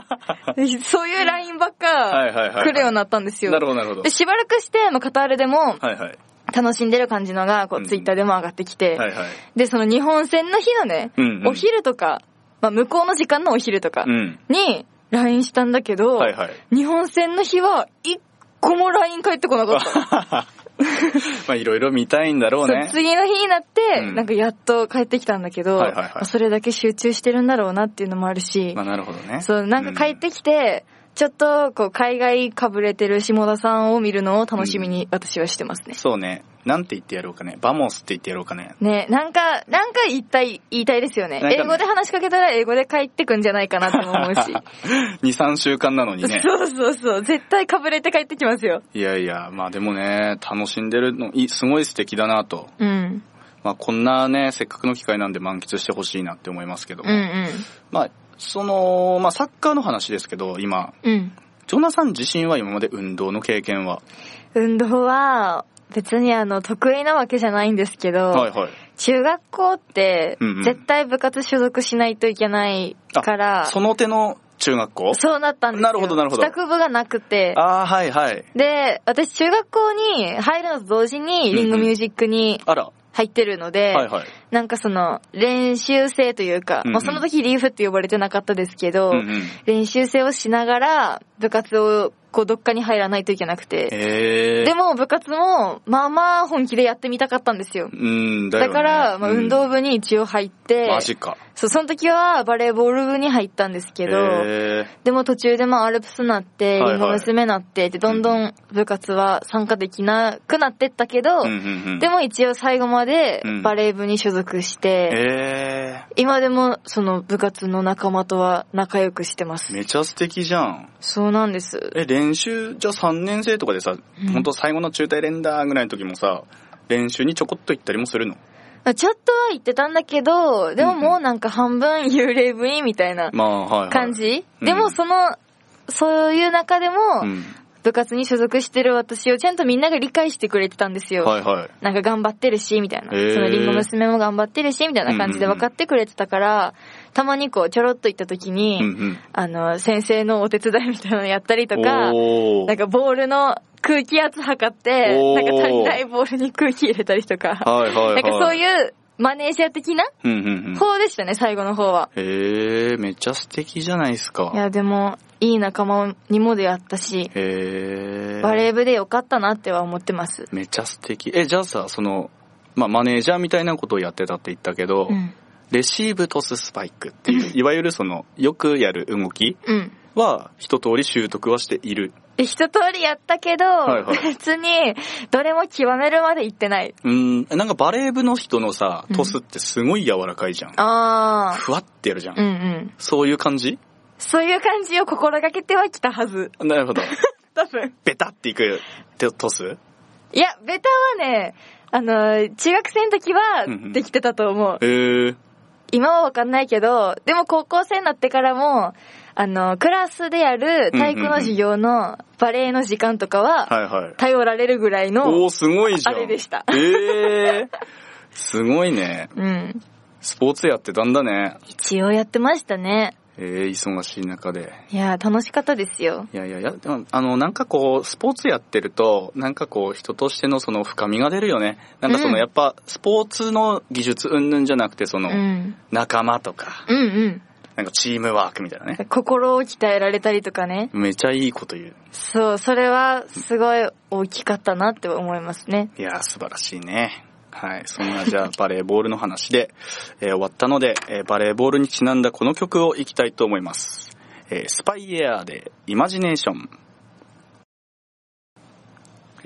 Speaker 2: でそういうラインばっ
Speaker 1: はいはいは
Speaker 2: か
Speaker 1: い
Speaker 2: 来るようになったんですよ。
Speaker 1: なるほど、なるほど
Speaker 2: で、。しばらくして、まあカタールでも
Speaker 1: はいはい。
Speaker 2: 楽しんでる感じのが、こ
Speaker 1: うん
Speaker 2: う、ツイッターでも上がってき
Speaker 1: は
Speaker 2: て、
Speaker 1: いはい。
Speaker 2: で、その日本戦の日のね、
Speaker 1: うんうん
Speaker 2: お昼とか、まあ、向こうの時間のお昼とか
Speaker 1: うん。
Speaker 2: に、LINE したんだけど、
Speaker 1: はいはい。
Speaker 2: 日本戦の日は、一個も LINE 返ってこなかった。
Speaker 1: まあ、いろいろ見たいんだろうね
Speaker 2: そう。次の日になって、
Speaker 1: うん
Speaker 2: なんかやっと帰ってきたんだけど、
Speaker 1: はいはいはい
Speaker 2: まあそれだけ集中してるんだろうなっていうのもあるし、
Speaker 1: まあ、なるほどね。
Speaker 2: そう、なんか帰ってきて、ちょっと、こう、海外かぶれてる下田さんを見るのを楽しみに私はしてます
Speaker 1: うん
Speaker 2: ね。
Speaker 1: そうね。なんて言ってやろうかね。バモスって言ってやろうかね。
Speaker 2: ねなんか、なんか言いたい、言いたいですよね。
Speaker 1: なんかね
Speaker 2: 英語で話しかけたら英語で帰ってくんじゃないかなっても思 うし。
Speaker 1: 2、3週間なのにね。
Speaker 2: そうそうそう。絶対かぶれて帰ってきますよ。
Speaker 1: いやいや、まあでもね、楽しんでるの、いすごい素敵だなと。
Speaker 3: うん。
Speaker 1: まあこんなね、せっかくの機会なんで満喫してほしいなって思いますけど、
Speaker 2: うんうん。
Speaker 1: まあ、その、まあサッカーの話ですけど、今、
Speaker 2: うん。
Speaker 1: ジョナさん自身は今まで運動の経験は、
Speaker 2: 運動は、別にあの、得意なわけじゃないんですけど、
Speaker 1: はいはい。
Speaker 2: 中学校って
Speaker 1: うんうん、
Speaker 2: 絶対部活所属しないといけないから、
Speaker 1: その手の中学校
Speaker 2: そうなったんですよ。
Speaker 1: なるほどなるほど
Speaker 2: 帰宅部がなくて。
Speaker 1: ああ、はいはい。
Speaker 2: で、私中学校に入るのと同時に、リンゴミュージックに
Speaker 1: あら、
Speaker 2: 入ってるので、
Speaker 1: はいはい。
Speaker 2: なんかその、練習生というか、
Speaker 1: うんうん
Speaker 2: まあその時リーフって呼ばれてなかったですけど、
Speaker 1: うんうん、
Speaker 2: 練習生をしながら、部活をこうどっかに入らないといけなくて。
Speaker 1: ええ
Speaker 2: でも部活も、まあまあ本気でやってみたかったんですよ。
Speaker 1: うん、だよ
Speaker 2: だ
Speaker 1: ね
Speaker 2: から、まあ、
Speaker 1: うん
Speaker 2: 運動部に一応入って、
Speaker 1: マジか。
Speaker 2: そう、その時はバレーボール部に入ったんですけど、
Speaker 1: え
Speaker 2: でも途中でまあアルプスなっ
Speaker 1: は
Speaker 2: て、
Speaker 1: いはい
Speaker 2: リンゴ娘なって、で、どんどん部活は参加できなくなってったけど、
Speaker 1: えうんうんうん、
Speaker 2: でも一応最後まで
Speaker 1: うん
Speaker 2: バレー部に所属して、
Speaker 1: え
Speaker 2: 今でもその部活の仲間とは仲良くしてま
Speaker 1: え
Speaker 2: す。
Speaker 1: めちゃ素敵じゃん。
Speaker 2: そうなんです。
Speaker 1: え、練習、じゃあ3年生とかでさ、
Speaker 2: うん
Speaker 1: ほんと最後の中退連打ぐらいの時もさ、練習にちょこっと行ったりもするの
Speaker 2: ちょっとは言ってたんだけど、でももうなんか半分幽霊部員みたいな
Speaker 1: まあ、はい、はい。
Speaker 2: 感じ
Speaker 1: うん
Speaker 2: でもその、そういう中でも
Speaker 1: うん。
Speaker 2: 部活に所属してる私をちゃんとみんなが理解してくれてたんですよ。
Speaker 1: はいはい。
Speaker 2: なんか頑張ってるし、みたいな。
Speaker 1: へー
Speaker 2: そのリンゴ娘も頑張ってるし、みたいな感じで分かってくれてたから、たまにこう、ちょろっと行った時に、
Speaker 1: うんうん。
Speaker 2: あの、先生のお手伝いみたいなのやったりとか、
Speaker 1: おー
Speaker 2: なんかボールの空気圧測って、
Speaker 1: おー
Speaker 2: なんか足りないボールに空気入れたりとか、
Speaker 1: はいはいは。
Speaker 2: ないんかそう
Speaker 1: う。
Speaker 2: いうマネージャー的な
Speaker 1: うんうんうん。
Speaker 2: 方でしたね、最後の方は。
Speaker 1: へえ、めっちゃ素敵じゃないですか。
Speaker 2: いや、でも、いい仲間にも出会ったし、
Speaker 1: へえ。
Speaker 2: バレー部でよかったなっては思ってます。
Speaker 1: めっちゃ素敵。え、じゃあさ、その、まあ、マネージャーみたいなことをやってたって言ったけど、
Speaker 2: うん。
Speaker 1: レシーブトススパイクって いう、いわゆるその、よくやる動き
Speaker 2: うん。
Speaker 1: は、一通り習得はしている。
Speaker 2: で一通りやったけど、
Speaker 1: いはい
Speaker 2: 別に、どれも極めるまで行ってない。
Speaker 1: うん、なんかバレー部の人のさ
Speaker 2: う、ん
Speaker 1: トスってすごい柔らかいじゃん。
Speaker 2: あ
Speaker 1: ふわってやるじゃん。
Speaker 2: あ。うんうん。
Speaker 1: そういう感じ
Speaker 2: そういう感じを心がけてはきたはず。
Speaker 1: なるほど。
Speaker 2: 多分。
Speaker 1: ベタっていくてトス
Speaker 2: いや、ベタはね、あの、中学生の時は
Speaker 1: うんうん
Speaker 2: できてたと思う。
Speaker 1: へえ。
Speaker 2: 今はわかんないけど、でも高校生になってからも、あの、クラスでやる体育の授業のバレエの時間とかは、
Speaker 1: はいはい。
Speaker 2: 頼られるぐらい
Speaker 1: お
Speaker 2: の
Speaker 1: ー、、すごいじゃ
Speaker 2: あ
Speaker 1: ん。
Speaker 2: れでした。
Speaker 1: へえ。すごいね。
Speaker 2: うん。
Speaker 1: スポーツやってたんだね。
Speaker 2: 一応やってましたね。
Speaker 1: ええ、忙しい中で。
Speaker 2: いや、楽しかったですよ。
Speaker 1: いやいやいや、でも、あの、なんかこう、スポーツやってると、なんかこう、人としてのその深みが出るよね。なんかその、
Speaker 2: うん
Speaker 1: やっぱ、スポーツの技術云々じゃなくて、そうの、
Speaker 2: ん。
Speaker 1: 仲間とか、
Speaker 2: うんうん。
Speaker 1: なんかチームワークみたいなね。
Speaker 2: 心を鍛えられたりとかね。
Speaker 1: めちゃいいこと言う。
Speaker 2: そう、それはすごい大きかったなって思いますね。
Speaker 1: いやー、素晴らしいね。はい。そんな、じゃあ、バレーボールの話で、えー終わったので、えーバレーボールにちなんだこの曲をいきたいと思います。えースパイエアーで、イマジネーション。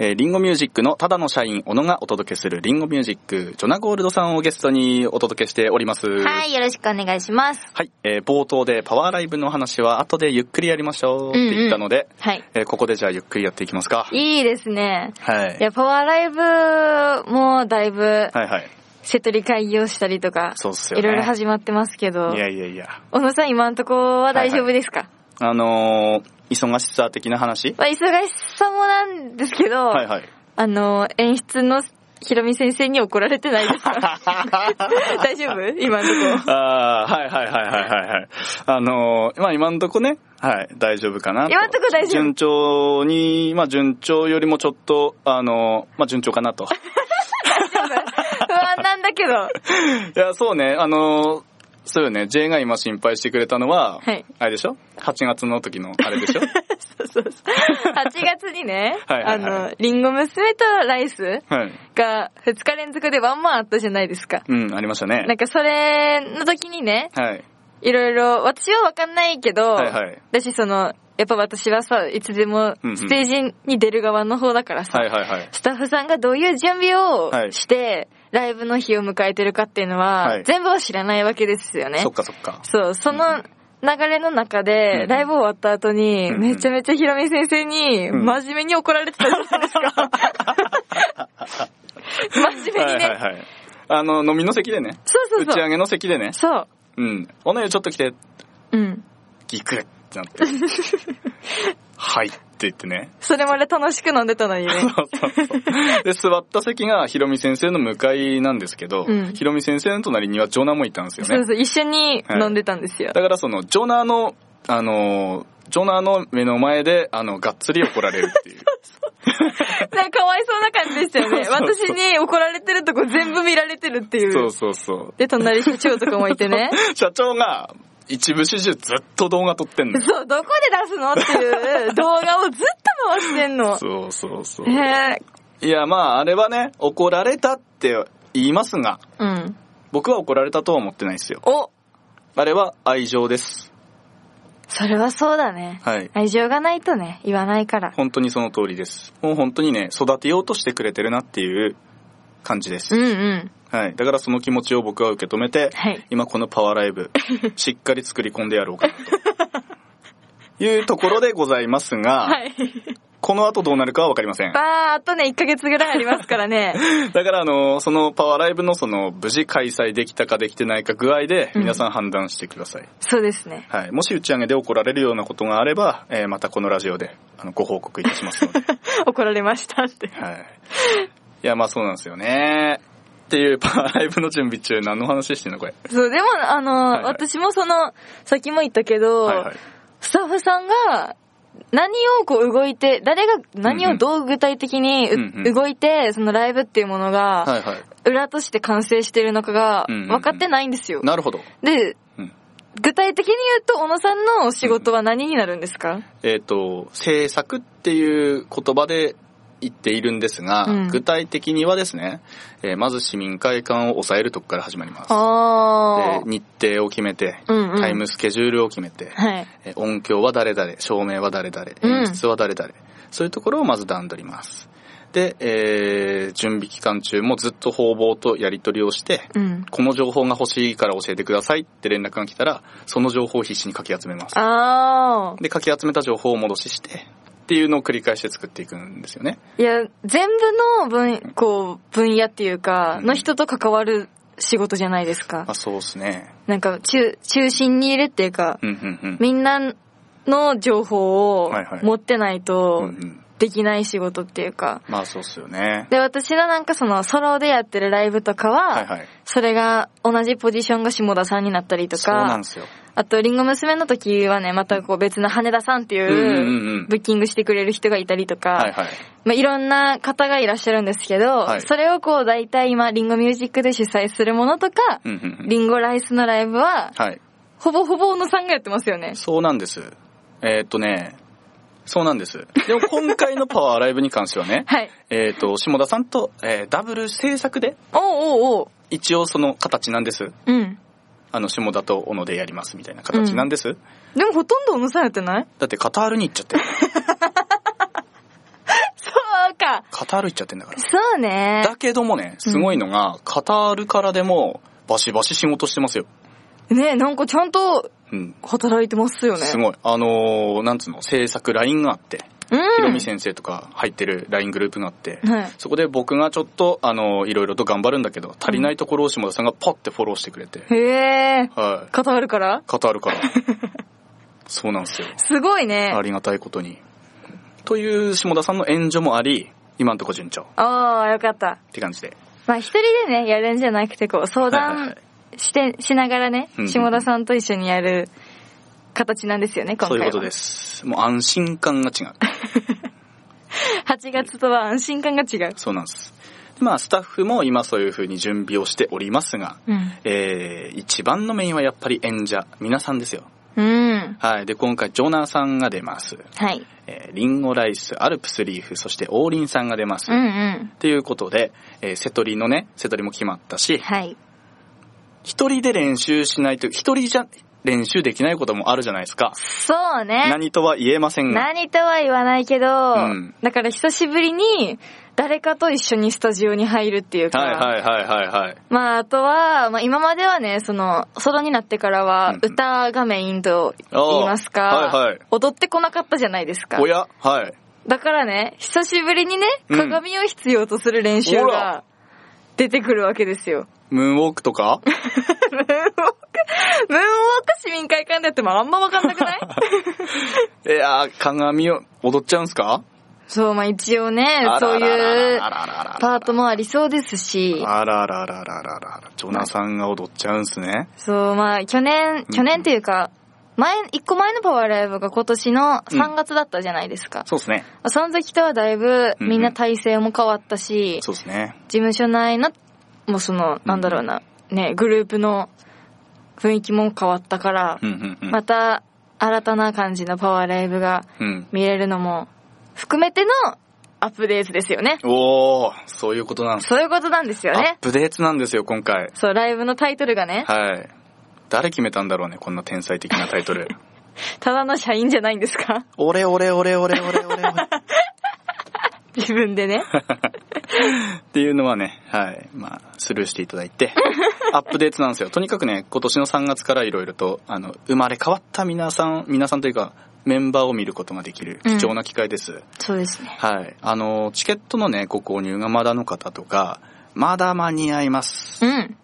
Speaker 1: えーリンゴミュージックのただの社員、小野がお届けするリンゴミュージック、ジョナゴールドさんをゲストにお届けしております。
Speaker 2: は。い、よろしくお願いします。
Speaker 1: はい。えー冒頭でパワーライブの話は後でゆっくりやりましょうって言ったので、
Speaker 2: はい。
Speaker 1: えーここでじゃあゆっくりやっていきますか。
Speaker 2: いいですね。
Speaker 1: はい
Speaker 2: い。や、パワーライブもだいぶ、
Speaker 1: はいはい。
Speaker 2: セトリ開業したりとか、
Speaker 1: そうっすよ
Speaker 2: い
Speaker 1: ね。
Speaker 2: ろいろ始まってますけど
Speaker 1: い、やいやいや。
Speaker 2: 小野さん今んとこは大丈夫ですか、
Speaker 1: あのー、忙しさ的な話
Speaker 2: まあ、忙しさもなんですけど、
Speaker 1: はいはい。
Speaker 2: あの、演出のひろみ先生に怒られてないです か大丈夫今んと こ。
Speaker 1: ああー、はいはいはいはいはいはい。あのー、まあ今んとこね、はい、大丈夫かな
Speaker 2: 今んとこ大丈夫
Speaker 1: 順調に、まあ順調よりもちょっと、あのー、まあ順調かな と。
Speaker 2: 不安なんだけど。
Speaker 1: いや、そうね、あのー、そうよね、J が今心配してくれたのは、
Speaker 2: はい
Speaker 1: あれでしょ ?8 月の時のあれで しょ
Speaker 2: 8月にね、
Speaker 1: はいはいはい
Speaker 2: あの、リンゴ娘とライス
Speaker 1: はい。
Speaker 2: が2日連続でワンマンあったじゃないですか。
Speaker 1: うん、ありましたね
Speaker 2: な。んかそれの時にね、
Speaker 1: はい。
Speaker 2: いろいろ、私はわかんないけど、
Speaker 1: はいはい
Speaker 2: 私その、やっぱ私はさ、いつでも
Speaker 1: うんうん
Speaker 2: ステージに出る側の方だからさ、
Speaker 1: はいはいはい。
Speaker 2: スタッフさんがどういう準備を
Speaker 1: はい
Speaker 2: して、ライブの日を迎えてるかっていうのは、
Speaker 1: はい
Speaker 2: 全部は知らないわけですよね
Speaker 1: そっ。かそっか。
Speaker 2: そう、その流れの中
Speaker 1: うん
Speaker 2: で、
Speaker 1: うん
Speaker 2: ライブ終わった後に、
Speaker 1: うん
Speaker 2: めちゃめちゃひろみ先生に、
Speaker 1: うん
Speaker 2: 真面目に 怒られてたじゃないですか。真面目にね。
Speaker 1: はいはいはい。あの、飲みの席でね。
Speaker 2: そうそう
Speaker 1: 打ち
Speaker 2: そ
Speaker 1: 上
Speaker 2: う。
Speaker 1: げの席でね。
Speaker 2: そう。
Speaker 1: うん。おのよちょっと来て、
Speaker 2: うん。
Speaker 1: ギクってなって。はいって言って ね。
Speaker 2: それまで楽しく飲んで たのにね。
Speaker 1: で、座った席がひろみ先生の向かいなんですけど、
Speaker 2: うん
Speaker 1: ひろみ先生の隣にはジョナもいたんですよ
Speaker 2: そう
Speaker 1: ね。
Speaker 2: そう、一緒に飲んでたんですよ。
Speaker 1: だからその、ジョナの、あの、ジョナの目の前で、あの、がっつり怒られるって いう。
Speaker 2: なんかかわいそうな感じでしたよ ね。
Speaker 1: そうそう
Speaker 2: 私に怒られてるとこ全部見られてるっていう。
Speaker 1: そうそうそう。
Speaker 2: で、隣社長とかもい てね。
Speaker 1: 社長が、一部始終ずっと動画撮ってん のよ。
Speaker 2: そう、どこで出すのっていう動画をずっと回してんの。
Speaker 1: そうそうそう。
Speaker 2: ね
Speaker 1: いや、まあ、あれはね、怒られたって言いますが、
Speaker 2: え。うん。
Speaker 1: 僕は怒られたとは思ってないですよ。
Speaker 2: お
Speaker 1: あれは愛情です。
Speaker 2: それはそうだね。
Speaker 1: はい。
Speaker 2: 愛情がないとね、言わないから。
Speaker 1: 本当にその通りです。もう本当にね、育てようとしてくれてるなっていう感じで
Speaker 2: う
Speaker 1: す。
Speaker 2: んうん。
Speaker 1: はい。だからその気持ちを僕は受け止めて、
Speaker 2: はい
Speaker 1: 今このパワーライ ブ、しっかり作り込んでやろうかな と。いうところでございますが、
Speaker 2: はい。
Speaker 1: この後どうなるかはわかりません。だ
Speaker 2: あー、あとね、1ヶ月ぐらいありますからね。
Speaker 1: からあの、そのパワーライブのその、無事開催できたかできてないか具合で、
Speaker 2: うん
Speaker 1: 皆さん判断してください。
Speaker 2: そうですね。
Speaker 1: はい。もし打ち上げで怒られるようなことがあれば、えーまたこのラジオで、あの、ご報告いたしますので。
Speaker 2: 怒られましたって。
Speaker 1: はい。いや、まあそうなんですよね。っていう、パワーライブの準備中、何の話してんのこれ。
Speaker 2: そう、でも、あの、
Speaker 1: はいはい
Speaker 2: 私もその、さっきも言ったけど、
Speaker 1: はいはい。
Speaker 2: スタッフさんが、何をこう動いて、誰が何をどう具体的にう、
Speaker 1: うんうん
Speaker 2: 動いて、そのライブっていうものが、
Speaker 1: はいはい。
Speaker 2: 裏として完成してるのかが
Speaker 1: うんうんうん
Speaker 2: 分かってないんですよ。
Speaker 1: なるほど。
Speaker 2: で、
Speaker 1: うん
Speaker 2: 具体的に言うと、小野さんのお仕事は何になるんですか、
Speaker 1: えっ、と、制作っていう言葉で言っているんですが、
Speaker 2: うん
Speaker 1: 具体的にはですね、えーまず市民会館を抑えるとこから始まります。
Speaker 2: あ
Speaker 1: で
Speaker 2: あ。
Speaker 1: 日程を決めて、
Speaker 2: うんうん
Speaker 1: タイムスケジュールを決めて、
Speaker 2: はい。
Speaker 1: えー音響は誰々、照明は誰々、
Speaker 2: うん
Speaker 1: 演出は誰々、そういうところをまず段取ります。で、えー準備期間中もずっと方々とやり取りをして、
Speaker 2: うん。
Speaker 1: この情報が欲しいから教えてくださいって連絡が来たら、その情報を必死にかき集めます。
Speaker 2: ああ。
Speaker 1: で、かき集めた情報を戻しして、っていうのを繰り返して作っていくんですよね。
Speaker 2: いや、全部の分、こう、分野っていうか、
Speaker 1: うん
Speaker 2: の人と関わる仕事じゃないですか
Speaker 1: まあ。そうですね。
Speaker 2: なんか、中、中心にいるっていうか、
Speaker 1: うんうんうん。
Speaker 2: みんなの情報を
Speaker 1: はいはい
Speaker 2: 持ってない
Speaker 1: うん
Speaker 2: と
Speaker 1: うん、
Speaker 2: できない仕事っていうか。
Speaker 1: まあそうっすよね。
Speaker 2: で、私のなんかその、ソロでやってるライブとか
Speaker 1: はい
Speaker 2: は、
Speaker 1: はい。
Speaker 2: それが同じポジションが下田さんになったりと
Speaker 1: そうなん
Speaker 2: か
Speaker 1: で、すよ。
Speaker 2: あと、リンゴ娘の時はね、またこう別の羽田さんって
Speaker 1: うんうんう
Speaker 2: い
Speaker 1: ん
Speaker 2: う、ブッキングしてくれる人がいたりとか、
Speaker 1: はいはい。
Speaker 2: まあ、いろんな方がいらっしゃるんですけど、
Speaker 1: はい
Speaker 2: それをこう大体今、リンゴミュージックで主催するものとか、
Speaker 1: うんうんうん。
Speaker 2: リンゴライスのライブは、
Speaker 1: はい。
Speaker 2: ほぼほぼ小野さんがやってますよね。、
Speaker 1: そうなんです。えーっとね、そうなんです。でも今回のパワーライブに関してはね
Speaker 2: はい。
Speaker 1: えーっと、下田さんと、えーダブル制作で、
Speaker 2: おうおうおう。
Speaker 1: 一応その形なんです。
Speaker 2: うん。
Speaker 1: あの、下田と小野でやりますみたいな形なんです。
Speaker 2: でもほとんど小野さんやってない
Speaker 1: だってカタールに行っちゃってる、
Speaker 2: そうか。
Speaker 1: カタール行っちゃってんだから。
Speaker 2: そうね。
Speaker 1: だけどもね、すごいのが、カタールからでも、バシバシ仕事してますよ。
Speaker 2: ねなんかちゃんと
Speaker 1: うん。
Speaker 2: 働いてますよね。
Speaker 1: すごい。あのー、なんつうの、制作ラインがあって、
Speaker 2: うん。
Speaker 1: ひろみ先生とか入ってるライングループがあって、
Speaker 2: はい
Speaker 1: そこで僕がちょっと、あのー、いろいろと頑張るんだけど、足りないところを下田さんがパッてフォローしてくれて、
Speaker 2: へえ。
Speaker 1: はい。
Speaker 2: 肩あるから
Speaker 1: カタール から。そうなんですよ。
Speaker 2: すごいね。
Speaker 1: ありがたいことに。という下田さんの援助もあり、今んとこ順調っ
Speaker 2: ああ、よかった。
Speaker 1: て感じで。
Speaker 2: まあ一人でね、やるんじゃなくて、こう、相
Speaker 1: はいはいは
Speaker 2: 談
Speaker 1: い
Speaker 2: して、しながらね
Speaker 1: うんう、ん
Speaker 2: 下田さんと一緒にやる形なんですよね、今
Speaker 1: そ
Speaker 2: 回
Speaker 1: う
Speaker 2: は。
Speaker 1: いうことで。す。もう安心感が違 う。
Speaker 2: 8月とは安心感が違う。
Speaker 1: そうなんです。まあ、スタッフも今そういう風に準備をしておりますが、
Speaker 2: うん。
Speaker 1: えー、一番のメインはやっぱり演者、皆さんですよ。
Speaker 2: うん。
Speaker 1: はい。で、今回、ジョナーさんが出ます。
Speaker 2: はい。
Speaker 1: えー、リンゴライス、アルプスリーフ、そして王林さんが出ます。
Speaker 2: うんう
Speaker 1: っ
Speaker 2: ん。
Speaker 1: ていうことで、えー、セトリのね、セトリも決まったし、
Speaker 2: はい。
Speaker 1: 一人で練習しないと、一人じゃ練習できないこともあるじゃないですか。
Speaker 2: そうね。
Speaker 1: 何とは言えませんが。
Speaker 2: 何とは言わないけど、
Speaker 1: ん
Speaker 2: だから久しぶりに、誰かと一緒にスタジオに入るっていうか、
Speaker 1: はいはいはいはいはい。
Speaker 2: まああとは、まあ今まではね、その、ソロになってから
Speaker 1: うん
Speaker 2: は
Speaker 1: うん
Speaker 2: 歌がメインと言いますか、
Speaker 1: あーはいはい
Speaker 2: 踊ってこなかったじゃないですか
Speaker 1: お。やはい。
Speaker 2: だからね、久しぶりにね、
Speaker 1: うん
Speaker 2: 鏡を必要とする練習
Speaker 1: ほ
Speaker 2: が
Speaker 1: ら
Speaker 2: 出てくるわけですよ。
Speaker 1: ムーンウォークと か
Speaker 2: ムーンウォーク、ムーンウォーク市民会館でやってもあんまわかんなくない
Speaker 1: いやー、鏡を踊っちゃうんすか
Speaker 2: そう、まあ一応ね
Speaker 1: あ、
Speaker 2: そ
Speaker 1: ら
Speaker 2: う
Speaker 1: ら
Speaker 2: い
Speaker 1: らら
Speaker 2: う
Speaker 1: らららら
Speaker 2: パートもありそうですし、
Speaker 1: あららららららら。ジョナさんが踊っちゃうんすね。
Speaker 2: そう、まあ去年、去年というか、前、一個前のパワーライブが今年の3月だったじゃないですか。
Speaker 1: そうですね。
Speaker 2: その時とはだいぶ
Speaker 1: うん
Speaker 2: みんな体制も変わったし、
Speaker 1: そうですね。
Speaker 2: 事務所内の、もうその、なんだろうな、ね、グループの雰囲気も変わったから
Speaker 1: う、んうんうん。
Speaker 2: また新たな感じのパワーライブが
Speaker 1: うん。
Speaker 2: 見れるのも含めてのアップデートですよね。
Speaker 1: おー、そういうことなんです。
Speaker 2: そういうことなんですよ
Speaker 1: ア
Speaker 2: ね
Speaker 1: ッ。プデートなんですよ、今回。
Speaker 2: そう、ライブのタイトルがね、
Speaker 1: はい。誰決めたんだろうね、こんな天才的なタイトル。
Speaker 2: ただの社員じゃないんですか
Speaker 1: 俺俺俺俺俺 俺俺。
Speaker 2: 自分でね。
Speaker 1: っていうのはね、はい。まあ、スルーしていただい て、アップデートなんですよ。とにかくね、今年の3月からいろいろと、あの、生まれ変わった皆さん、皆さんというか、メンバーを見ることができる貴重な機会です。
Speaker 2: そうですね。
Speaker 1: はい。あの、チケットのね、ご購入がまだの方とか、まだ間に合います。
Speaker 2: うん。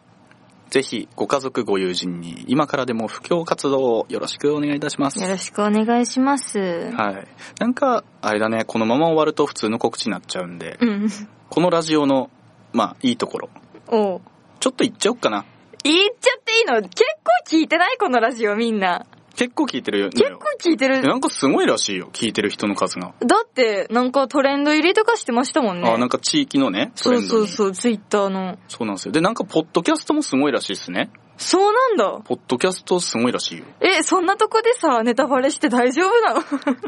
Speaker 1: ぜひ、ご家族、ご友人に、今からでも布教活動をよろしくお願いいたします。
Speaker 2: よろしくお願いします。
Speaker 1: はい。なんか、あれだね、このまま終わると普通の告知になっちゃうんで、
Speaker 2: うん。
Speaker 1: このラジオの、まあ、いいところ、
Speaker 2: おう。
Speaker 1: ちょっと言っちゃおっかな。
Speaker 2: 言っちゃっていいの結構聞いてないこのラジオみんな。
Speaker 1: 結構聞いてるよ。
Speaker 2: 結構聞いて
Speaker 1: え
Speaker 2: る。
Speaker 1: なんかすごいらしいよ、聞いてる人の数が。
Speaker 2: だって、なんかトレンド入りとかしてましたもんね。
Speaker 1: あなんか地域のね、ト
Speaker 2: そ
Speaker 1: レ
Speaker 2: う
Speaker 1: ンドに。
Speaker 2: そうそう、ツイッターの。
Speaker 1: そうなんですよ。で、なんか、ポッドキャストもすごいらしいですね。
Speaker 2: そうなんだ。
Speaker 1: ポッドキャストすごいらしいよ。
Speaker 2: え、そんなとこでさ、ネタバレして大丈夫 なの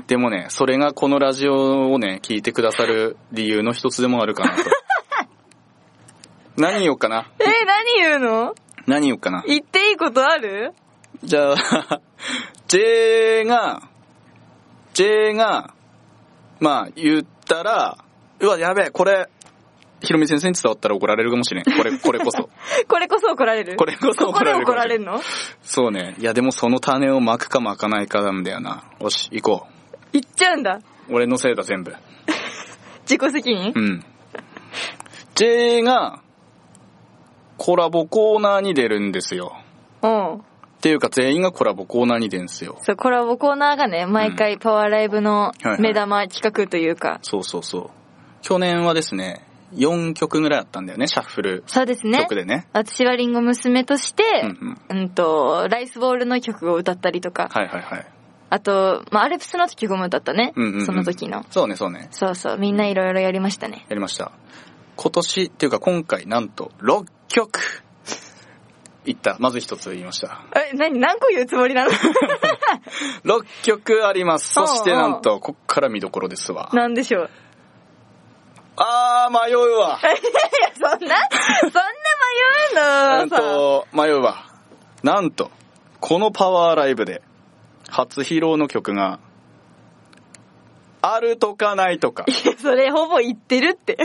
Speaker 1: でもね、それがこのラジオをね、聞いてくださる理由の一つでもあるか なと。何言おうかな
Speaker 2: え、何言うの
Speaker 1: 何言おうかな
Speaker 2: 言っていいことある
Speaker 1: じゃあ、J が、J が、まあ、言ったら、うわ、やべえ、これ、ひろみ先生に伝わったら怒られるかもしれん。これ、これこそ。
Speaker 2: これこそ怒られる
Speaker 1: これこそ
Speaker 2: こ
Speaker 1: 怒
Speaker 2: こで
Speaker 1: られるか
Speaker 2: 怒
Speaker 1: もしれん
Speaker 2: られるの
Speaker 1: そうね。いや、でもその種をまくかまかないかなんだよな。よし、行こ
Speaker 2: 言っちゃうんだ。
Speaker 1: う。俺のせいだ、全部。
Speaker 2: 自己責任
Speaker 1: うん。J が、コラボコーナーに出るんですよ。
Speaker 2: うん。
Speaker 1: っていうか、全員がコラボコーナーに出るんですよ。
Speaker 2: そう、コラボコーナーがね、毎回パワーライブの
Speaker 1: いはい
Speaker 2: 目玉企画というか。
Speaker 1: そうそうそう。去年はですね、4曲ぐらいあったんだよね、シャッフル
Speaker 2: そうですね
Speaker 1: 曲。でね。
Speaker 2: 私はリンゴ娘として、
Speaker 1: うん
Speaker 2: うんと、ライスボールの曲を歌ったりとか、
Speaker 1: はいはいはい。
Speaker 2: あと、まあ、アルプスの曲も歌ったね、
Speaker 1: うんうんうん
Speaker 2: その時の。
Speaker 1: そうね、そうね。
Speaker 2: そうそう、みんないろいろやりましたね。
Speaker 1: やりました。今年っていうか今回なんと6曲いった。まず一つ言いました。
Speaker 2: え、何、何個言うつもりな の
Speaker 1: 6曲あります。
Speaker 2: おう
Speaker 1: そしてなんと、こっから見どころですわ。
Speaker 2: なんでしょう。
Speaker 1: あー、迷うわ。
Speaker 2: そんな、そんな
Speaker 1: な
Speaker 2: 迷うんのさ。
Speaker 1: と、迷うわ。なんと、このパワーライブで、初披露の曲が、あるとかないとか、
Speaker 2: いやそれほぼ言ってるって。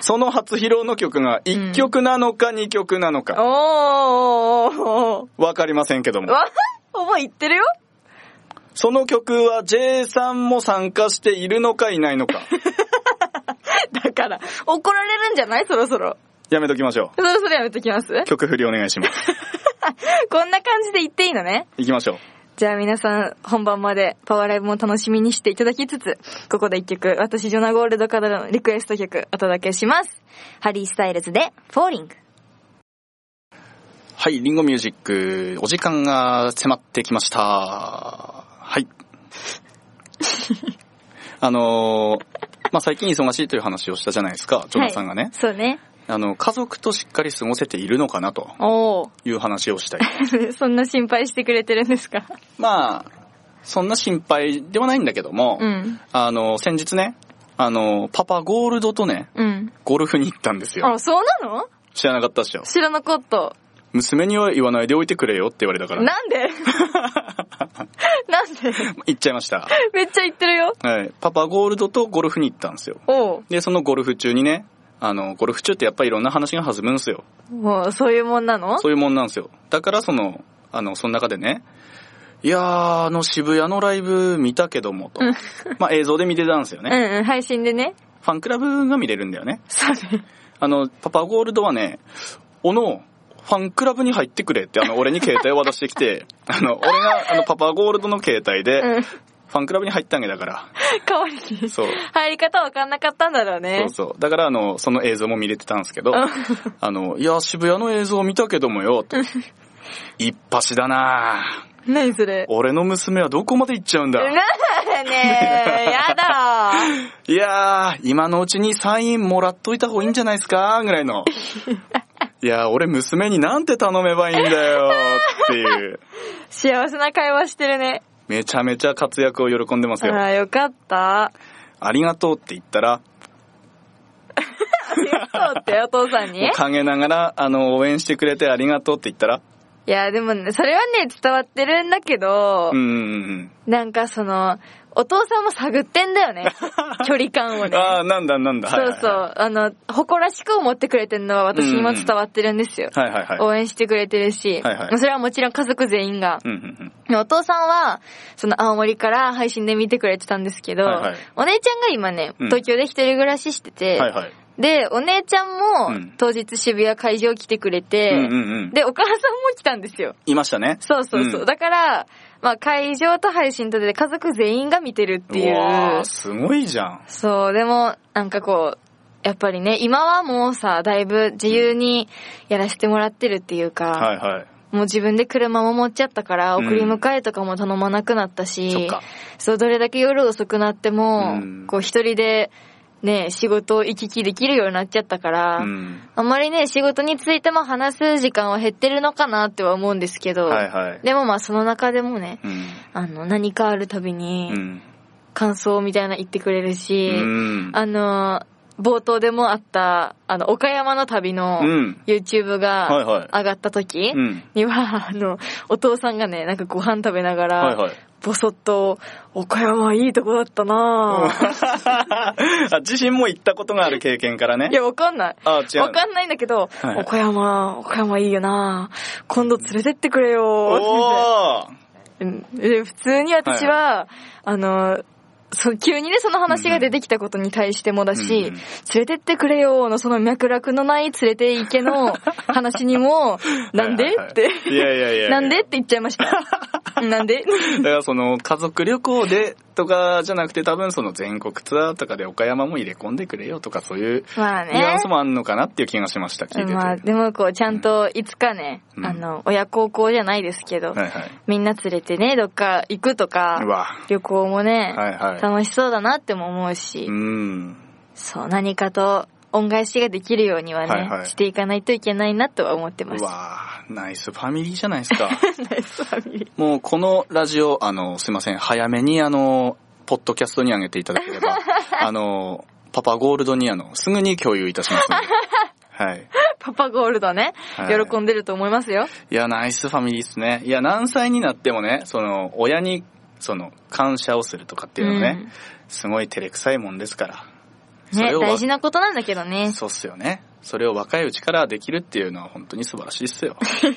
Speaker 1: その初披露の曲が1曲なのか2曲なの
Speaker 2: おー
Speaker 1: か、
Speaker 2: おーおーお
Speaker 1: わかりませんけど
Speaker 2: ー。
Speaker 1: も。
Speaker 2: わ、ほぼ言ってるよ。
Speaker 1: その曲は J さんも参加しているのかいないの か、
Speaker 2: だから、怒られるんじゃないそろそろ。
Speaker 1: やめときましょ
Speaker 2: そろそろやめときます
Speaker 1: う。曲振りお願いします。
Speaker 2: こんな感じで言っていいのね。
Speaker 1: 行きましょう。
Speaker 2: じゃあ皆さん、本番までパワーライブも楽しみにしていただきつつ、ここで一曲、私ジョナゴールドからのリクエスト曲お届けします。ハリー・スタイルズで、フォーリング。
Speaker 1: はい、リンゴミュージック、お時間が迫ってきました。はい。 あのーまあ、最近忙しいという話をしたじゃないですか、ジョナさんがね。
Speaker 2: そうね。
Speaker 1: あの、家族としっかり過ごせているのかなと
Speaker 2: おお。
Speaker 1: いう話をしたい。
Speaker 2: そんな心配してくれてるんですか
Speaker 1: まあ、そんな心配ではないんだけども、
Speaker 2: うん。
Speaker 1: あの、先日ね、あの、パパゴールドとね、
Speaker 2: うん。
Speaker 1: ゴルフに行ったんですよ。
Speaker 2: あ、そうなの
Speaker 1: 知らなかったっしょ。
Speaker 2: 知らなかった。
Speaker 1: 娘には言わないでおいてくれよって言われたから、
Speaker 2: なんで なんで
Speaker 1: 行っちゃいました。
Speaker 2: めっちゃ言ってるよ。
Speaker 1: はい。パパゴールドとゴルフに行ったんですよ。
Speaker 2: おう
Speaker 1: で、そのゴルフ中にね、あの、ゴルフ中ってやっぱりいろんな話が弾むんですよ。
Speaker 2: もう、そういうもんなの
Speaker 1: そういうもんなんですよ。だからその、あの、その中でね、いやー、あの渋谷のライブ見たけどもと。 まあ映像で見てたんですよ
Speaker 2: う
Speaker 1: ね。
Speaker 2: んうん、配信でね。
Speaker 1: ファンクラブが見れるんだよね。
Speaker 2: そうね。
Speaker 1: あの、パパゴールドはね、おの、ファンクラブに入ってくれって、あの、俺に携帯を渡してきて、 あの、俺が、あの、パパゴールドの携帯で、
Speaker 2: うん
Speaker 1: ファンクラブに入ったんやだから。
Speaker 2: かわいい。
Speaker 1: そう。
Speaker 2: 入り方わかんなかったんだろうね。
Speaker 1: そうそう。だから、あの、その映像も見れてたんですけど、あの、いや、渋谷の映像見たけどもよ、と。一発だなぁ
Speaker 2: 何それ。
Speaker 1: 俺の娘はどこまで行っちゃうんだ
Speaker 2: なあねえ、やだ。
Speaker 1: いやー、今のうちにサインもらっといた方がいいんじゃないですかぐらいの。いやー、俺娘になんて頼めばいいんだよっていう。
Speaker 2: 幸せな会話してるね。
Speaker 1: めちゃめちゃ活躍を喜んでます
Speaker 2: あ
Speaker 1: よ。
Speaker 2: ら、よかった。
Speaker 1: ありがとうって言ったら、
Speaker 2: そうって、お父さんに。い
Speaker 1: 陰ながら、あの、応援してくれてありがとうって言ったら、
Speaker 2: や、でもね、それはね、伝わってるんだけど
Speaker 1: う、んうん
Speaker 2: なんかその、お父さんも探ってんだよ ね。距離感を
Speaker 1: うん。
Speaker 2: ね。
Speaker 1: あー、なんだなんだ。はい
Speaker 2: そ
Speaker 1: は
Speaker 2: う
Speaker 1: い
Speaker 2: そう。あの、誇らしく思ってくれてるのは私にも伝わってるんですよ。
Speaker 1: はいはいはい。
Speaker 2: 応援してくれてるし、
Speaker 1: はいはい
Speaker 2: まあそれはもちろん家族全員が。
Speaker 1: うんうん
Speaker 2: お父さんは、その青森から配信で見てくれてたんですけど、
Speaker 1: はいはい
Speaker 2: お姉ちゃんが今ね、
Speaker 1: うん
Speaker 2: 東京で一人暮らしして
Speaker 1: う
Speaker 2: て、
Speaker 1: ん。はいはい。
Speaker 2: で、お姉ちゃん
Speaker 1: うん
Speaker 2: も当日渋谷会場来てくれて、
Speaker 1: うんうんうん。
Speaker 2: で、お母さんも来たんですよ。
Speaker 1: いましたね。
Speaker 2: そうそうそう。
Speaker 1: うん
Speaker 2: だから、まあ会場と配信とで家族全員が見てるっていう。
Speaker 1: わー、すごいじゃん。
Speaker 2: そう、でも、なんかこう、やっぱりね、今はもうさ、だいぶ自由にやらせてもらってるっていうか、
Speaker 1: はいはい。
Speaker 2: もう自分で車も持っちゃったから、
Speaker 1: うん
Speaker 2: 送り迎えとかも頼まなくなったし、
Speaker 1: そっか。
Speaker 2: そう、どれだけ夜遅くなっても、
Speaker 1: うん
Speaker 2: こう一人で、ね、仕事を行き来できるようになっちゃったから、
Speaker 1: うん。
Speaker 2: あんまりね、仕事についても話す時間は減ってるのかなっては思うんですけど、
Speaker 1: はいはい。
Speaker 2: でもまあその中でもね、
Speaker 1: うん。
Speaker 2: あの、何かあるたび
Speaker 1: う
Speaker 2: に、
Speaker 1: ん。
Speaker 2: 感想みたいな言ってくれるし、
Speaker 1: うん
Speaker 2: あの、冒頭でもあった、あの、岡山の旅の
Speaker 1: うん。
Speaker 2: YouTube
Speaker 1: はい
Speaker 2: が
Speaker 1: はい。
Speaker 2: 上がった時
Speaker 1: うん。
Speaker 2: には、あの、お父さんがね、なんかご飯食べなが
Speaker 1: はい
Speaker 2: ら、
Speaker 1: はい。
Speaker 2: ぼそっと、岡山いいとこだったなぁ。
Speaker 1: あ自身も行ったことがある経験からね
Speaker 2: い。や、わかんない。
Speaker 1: あ、違う。
Speaker 2: わかんないんだけど、
Speaker 1: はい
Speaker 2: 岡山、岡山いいよなぁ。今度連れてってくれ
Speaker 1: お
Speaker 2: よ
Speaker 1: ー
Speaker 2: って言ってうんで普通に私は、あの、そう急にね、その話が出てきたことに対してもだし、
Speaker 1: うんうん
Speaker 2: 連れてってくれよのその脈絡のない連れて行け の話にも、なんで
Speaker 1: はいはいはい
Speaker 2: って。
Speaker 1: いやいやいや。
Speaker 2: なんでって言っちゃい ました。なんで
Speaker 1: だからその家族旅行でとかじゃなくて多分その全国ツアーとかで岡山も入れ込んでくれよとかそういう
Speaker 2: まあ
Speaker 1: ニュア
Speaker 2: ね
Speaker 1: ンス。もあんのかなっていう気がしました、聞いてて。
Speaker 2: まあ、でもこう、ちゃんといつかね、
Speaker 1: うん
Speaker 2: あの、親孝行じゃないですけど、
Speaker 1: はいはい。
Speaker 2: みんな連れてね、どっか行くとか
Speaker 1: う、わ。
Speaker 2: 旅行もね、
Speaker 1: はいは
Speaker 2: 楽しそうだなっても思うし、
Speaker 1: い。うん。
Speaker 2: そう、何かと恩返しができるようにはね、
Speaker 1: はいはい
Speaker 2: していかないといけないなとは思ってます。
Speaker 1: うわナイスファミリーじゃないですか。
Speaker 2: ナイスファミリー
Speaker 1: もうこのラジオ、あの、すいません、早めにあの、ポッドキャストに上げていただけれ ば、あの、パパゴールドにあの、すぐに共有いたし ますので。はい。
Speaker 2: パパゴールドね、
Speaker 1: はい
Speaker 2: 喜んでると思いますよ。
Speaker 1: いや、ナイスファミリーですね。いや、何歳になってもね、その、親に、その、感謝をするとかっていうのね、
Speaker 2: うん
Speaker 1: すごい照れくさいもんですから。そ
Speaker 2: ね、
Speaker 1: れを
Speaker 2: 大事なことなんだけど ね。
Speaker 1: そうっすよね。それを若いうちからできるっていうのは本当に素晴らしいっすよ。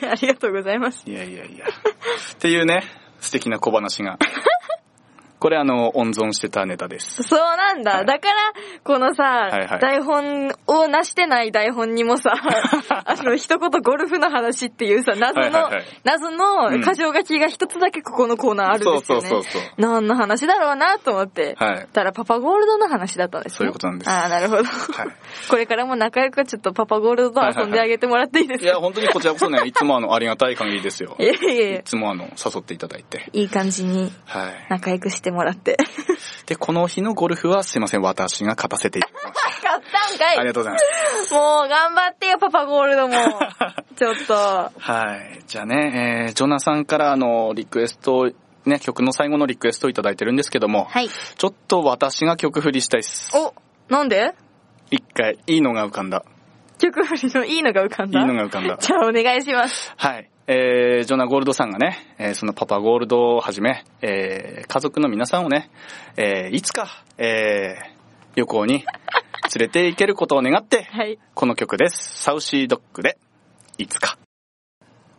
Speaker 2: ありがとうございます。
Speaker 1: いやいやいや。っていうね、素敵な小話が。これあの、温存してたネタです。
Speaker 2: そうなんだ。
Speaker 1: はい
Speaker 2: だから、このさ、
Speaker 1: いはい
Speaker 2: 台本をなしてない台本にも さ、あの、一言ゴルフの話っていうさ、謎の、
Speaker 1: はいはいはい
Speaker 2: 謎
Speaker 1: う
Speaker 2: の
Speaker 1: ん
Speaker 2: 箇条書きが一つだけここのコーナーあるんですよね。
Speaker 1: そうそうそうそう
Speaker 2: 何の話だろうなと思って。
Speaker 1: はい。
Speaker 2: たらパパゴールドの話だったんですね。
Speaker 1: そういうことなんです
Speaker 2: ああ、なるほど。
Speaker 1: い
Speaker 2: これからも仲良くちょっとパパゴールドと遊んであげてもらっていいです
Speaker 1: い
Speaker 2: か、
Speaker 1: や、本当にこちらこそ ね、いつもあの、ありがたい限りですよ。
Speaker 2: いやいやいや
Speaker 1: いつもあの、誘っていただいて。
Speaker 2: いい感じに
Speaker 1: はい。
Speaker 2: 仲良くしてもら って。
Speaker 1: で、この日のゴルフはすいません、私が勝たせていただきまし
Speaker 2: 買ったんか
Speaker 1: た。
Speaker 2: い
Speaker 1: ありがとうございます。
Speaker 2: もう頑張ってよ、パパゴー ルドも。ちょっと。
Speaker 1: はい。じゃあね、えー、ジョナさんからあの、リクエストを、ね、曲の最後のリクエストをいただいてるんですけども、
Speaker 2: はい。
Speaker 1: ちょっと私が曲振りしたいっす。
Speaker 2: お、なんで
Speaker 1: 一回、いいのが浮かんだ。
Speaker 2: 曲振りのいいのが浮かん
Speaker 1: いい
Speaker 2: だ。
Speaker 1: のが浮かんだ。
Speaker 2: じゃあお願いします。
Speaker 1: はい。えー、ジョナ・ゴールドさんがね、えーそのパパゴールドをはじめ、えー、家族の皆さんをね、えー、いつか、えー、旅行に連れて行けることを願って、
Speaker 2: はい。
Speaker 1: この曲です。サウシードッグで、いつか。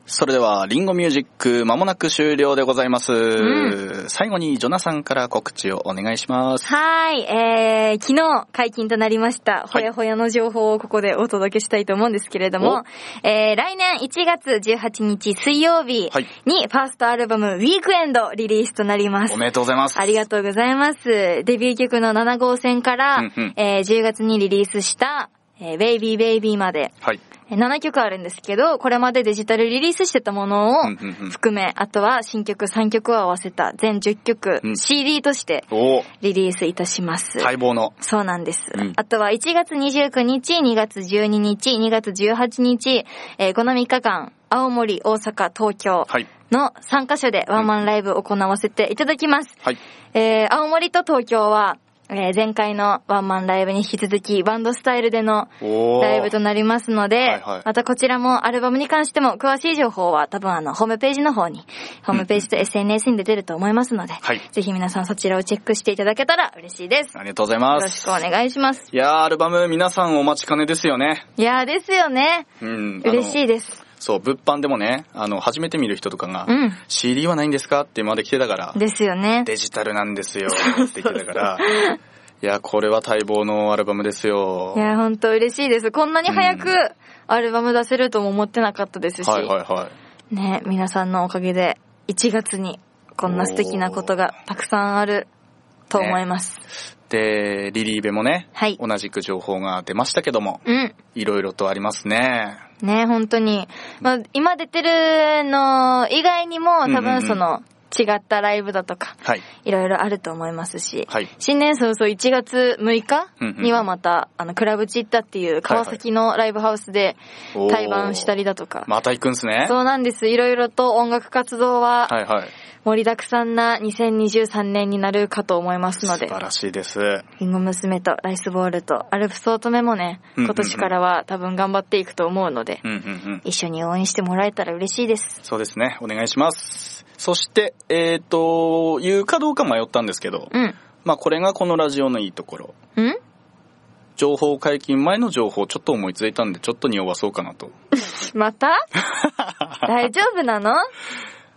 Speaker 1: それでは、リンゴミュージック、まもなく終了でございます。
Speaker 2: う
Speaker 1: 最後に、ジョナさんから告知をお願いします。
Speaker 2: はーい、えー、昨日解禁となりました、ほ
Speaker 1: はい
Speaker 2: やほやの情報をここでお届けしたいと思うんですけれども、えー、来年1月18日水曜日
Speaker 1: はい
Speaker 2: にファーストアルバム、ウィークエンドリリースとなります
Speaker 1: お。めでとうございます。
Speaker 2: ありがとうございます。デビュー曲の7号線から、
Speaker 1: うんうん
Speaker 2: えー10月にリリースした、えー、ベイビーベイビーまで、
Speaker 1: はい。
Speaker 2: えー7曲あるんですけど、これまでデジタルリリースしてたものを
Speaker 1: うんうんうん
Speaker 2: 含め、あとは新曲3曲を合わせた全10曲、
Speaker 1: うん
Speaker 2: CD として
Speaker 1: おー
Speaker 2: リリースいたします。
Speaker 1: 待望の。
Speaker 2: そうなんです、
Speaker 1: うん
Speaker 2: あとは1月29日、2月12日、2月18日、えーこの3日間、青森、大阪、東京
Speaker 1: はい。
Speaker 2: の3カ所でワンマンライブを行わせていただきます。
Speaker 1: はい。
Speaker 2: えー青森と東京は、えー前回のワンマンライブに引き続きバンドスタイルでの
Speaker 1: おー
Speaker 2: ライブとなりますので、
Speaker 1: はいはい
Speaker 2: またこちらもアルバムに関しても詳しい情報は多分あのホームページの方に、ホームページと SNS に出てると思いますので、
Speaker 1: はい
Speaker 2: ぜひ皆さんそちらをチェックしていただけたら嬉しいです。よ
Speaker 1: ありがとうございま
Speaker 2: ろし
Speaker 1: す。
Speaker 2: くお願いします。
Speaker 1: いやー、アルバム皆さんお待ちかねですよね。
Speaker 2: いやーですよね。
Speaker 1: うん。あの
Speaker 2: 嬉しいです。
Speaker 1: そう、物販でもね、あの、初めて見る人とかが、
Speaker 2: うん
Speaker 1: CD はないんですかって今まで来てたから、
Speaker 2: ですよね。
Speaker 1: デジタルなんですよって言ってた から、いや、これは待望のアルバムですよ。
Speaker 2: いやーほんと嬉しいです。こんなに早
Speaker 1: う
Speaker 2: くアルバム出せるとも思ってなかったですし、
Speaker 1: はいはいはい。
Speaker 2: ね、皆さんのおかげで1月にこんな素敵なことがたくさんあると思います。
Speaker 1: で、リリーベもね、
Speaker 2: はい
Speaker 1: 同じく情報が出ましたけども、いろいろとありますね。
Speaker 2: うん。ね、本当に。まあ、今出てるの以外にも多
Speaker 1: うんうんうん
Speaker 2: 分その違ったライブだとか、
Speaker 1: はい。
Speaker 2: いろいろあると思いますし、
Speaker 1: はい
Speaker 2: 新年早々1月6日
Speaker 1: うんうん
Speaker 2: にはまた、あの、クラブチッタっていう川崎のライブハウスで
Speaker 1: おー
Speaker 2: 対バンしたりだとか、
Speaker 1: また行くんすね。
Speaker 2: そうなんです。いろいろと音楽活動は
Speaker 1: はいはい。
Speaker 2: 盛りだくさんな2023年になるかと思いますの
Speaker 1: 素晴
Speaker 2: で、
Speaker 1: らしいです。
Speaker 2: リンゴ娘とライスボールとアルプソートメもね、
Speaker 1: うんうんうん
Speaker 2: 今年からは多分頑張っていくと思うので
Speaker 1: う、んうんうん。
Speaker 2: 一緒に応援してもらえたら嬉しいです。
Speaker 1: そうですね。お願いします。そして、えっ、と、言うかどうか迷ったんですけど、
Speaker 2: うん。
Speaker 1: まあこれがこのラジオのいいところ。
Speaker 2: うん
Speaker 1: 情報解禁前の情報ちょっと思いついたんで、ちょっと匂わそうかなと。
Speaker 2: また大丈夫なの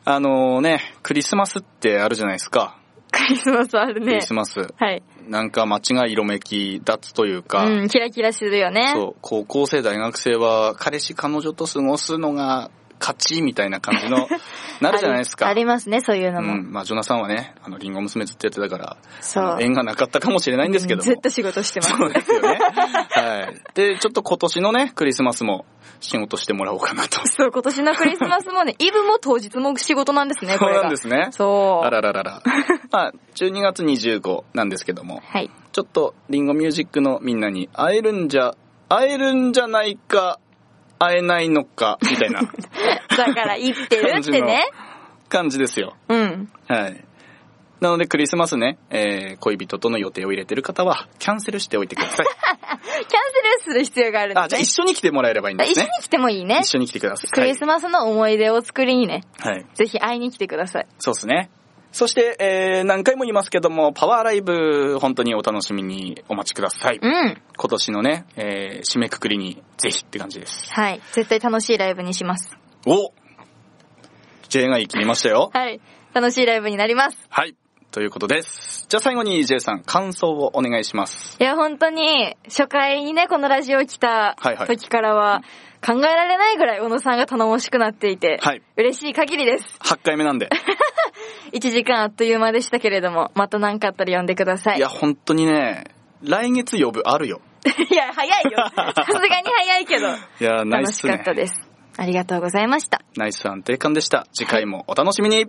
Speaker 1: あのね、クリスマスってあるじゃないですか。
Speaker 2: クリスマスある
Speaker 1: ク
Speaker 2: ね
Speaker 1: リス。マス。
Speaker 2: はい。
Speaker 1: なんか街が色めき立つというか、
Speaker 2: うん、キラキラするよね。
Speaker 1: そう、高校生、大学生は、彼氏、彼女と過ごすのが、勝ちみたいな感じ の、なるじゃないですか。
Speaker 2: ありありますね、そういう
Speaker 1: う
Speaker 2: のも。
Speaker 1: ん。まあ、ジョナさんはね、あの、リンゴ娘ずっとやってたから、
Speaker 2: そう
Speaker 1: あの縁がなかったかもしれないんですけども。
Speaker 2: ずっと仕事してます。
Speaker 1: そうですよね。はい。で、ちょっと今年のね、クリスマスも仕事してもらおうかなと。
Speaker 2: そう、今年のクリスマスもね、イブも当日も仕事なんですね、こ
Speaker 1: そう
Speaker 2: れが。
Speaker 1: なんですね。
Speaker 2: そう
Speaker 1: あらららら。まあ、12月25なんですけども、
Speaker 2: はい。
Speaker 1: ちょっとリンゴミュージックのみんなに会えるんじゃ、会えるんじゃないか、会えないのか、みたいな
Speaker 2: だから、言って るってね。
Speaker 1: 感じですよ。
Speaker 2: うん。
Speaker 1: はい。なのでクリスマスね、えー、恋人との予定を入れてる方は、キャンセルしておいてください。
Speaker 2: キャンセルする必要があるんだ、ね。
Speaker 1: あ、じゃあ一緒に来てもらえればいいん
Speaker 2: あ
Speaker 1: で
Speaker 2: 一
Speaker 1: す
Speaker 2: 緒
Speaker 1: ね
Speaker 2: に。来てもいいね
Speaker 1: 一。緒に来てください。
Speaker 2: クリスマスの思い出を作りにね、
Speaker 1: はい。はい。
Speaker 2: ぜひ会いに来てください。
Speaker 1: そうですね。そして、えー、何回も言いますけども、パワーライブ、本当にお楽しみにお待ちください。
Speaker 2: うん。
Speaker 1: 今年のね、えー、締めくくりに、ぜひって感じです。
Speaker 2: はい。絶対楽しいライブにします。
Speaker 1: お J が言い切りましたよ。
Speaker 2: はい。楽しいライブになります。
Speaker 1: はい。ということです。じゃあ最後に J さん、感想をお願いします。
Speaker 2: いや、本当に、初回にね、このラジオ来た
Speaker 1: はいはい
Speaker 2: 時からは、考えられないぐらい小野さんが頼もしくなっていて、
Speaker 1: はい
Speaker 2: 嬉しい限りです。
Speaker 1: 8回目なんで。
Speaker 2: 1時間あっという間でしたけれども、また何かあったら呼んでください。
Speaker 1: いや、本当にね、来月呼ぶあるよ。
Speaker 2: いや早いよ。 さすがに早いけ ど。
Speaker 1: いや、ナイ
Speaker 2: 楽
Speaker 1: ス
Speaker 2: しか
Speaker 1: ね
Speaker 2: っ。たです。ありがとうございました。
Speaker 1: ナイス安定感でした。次回もお楽しみに。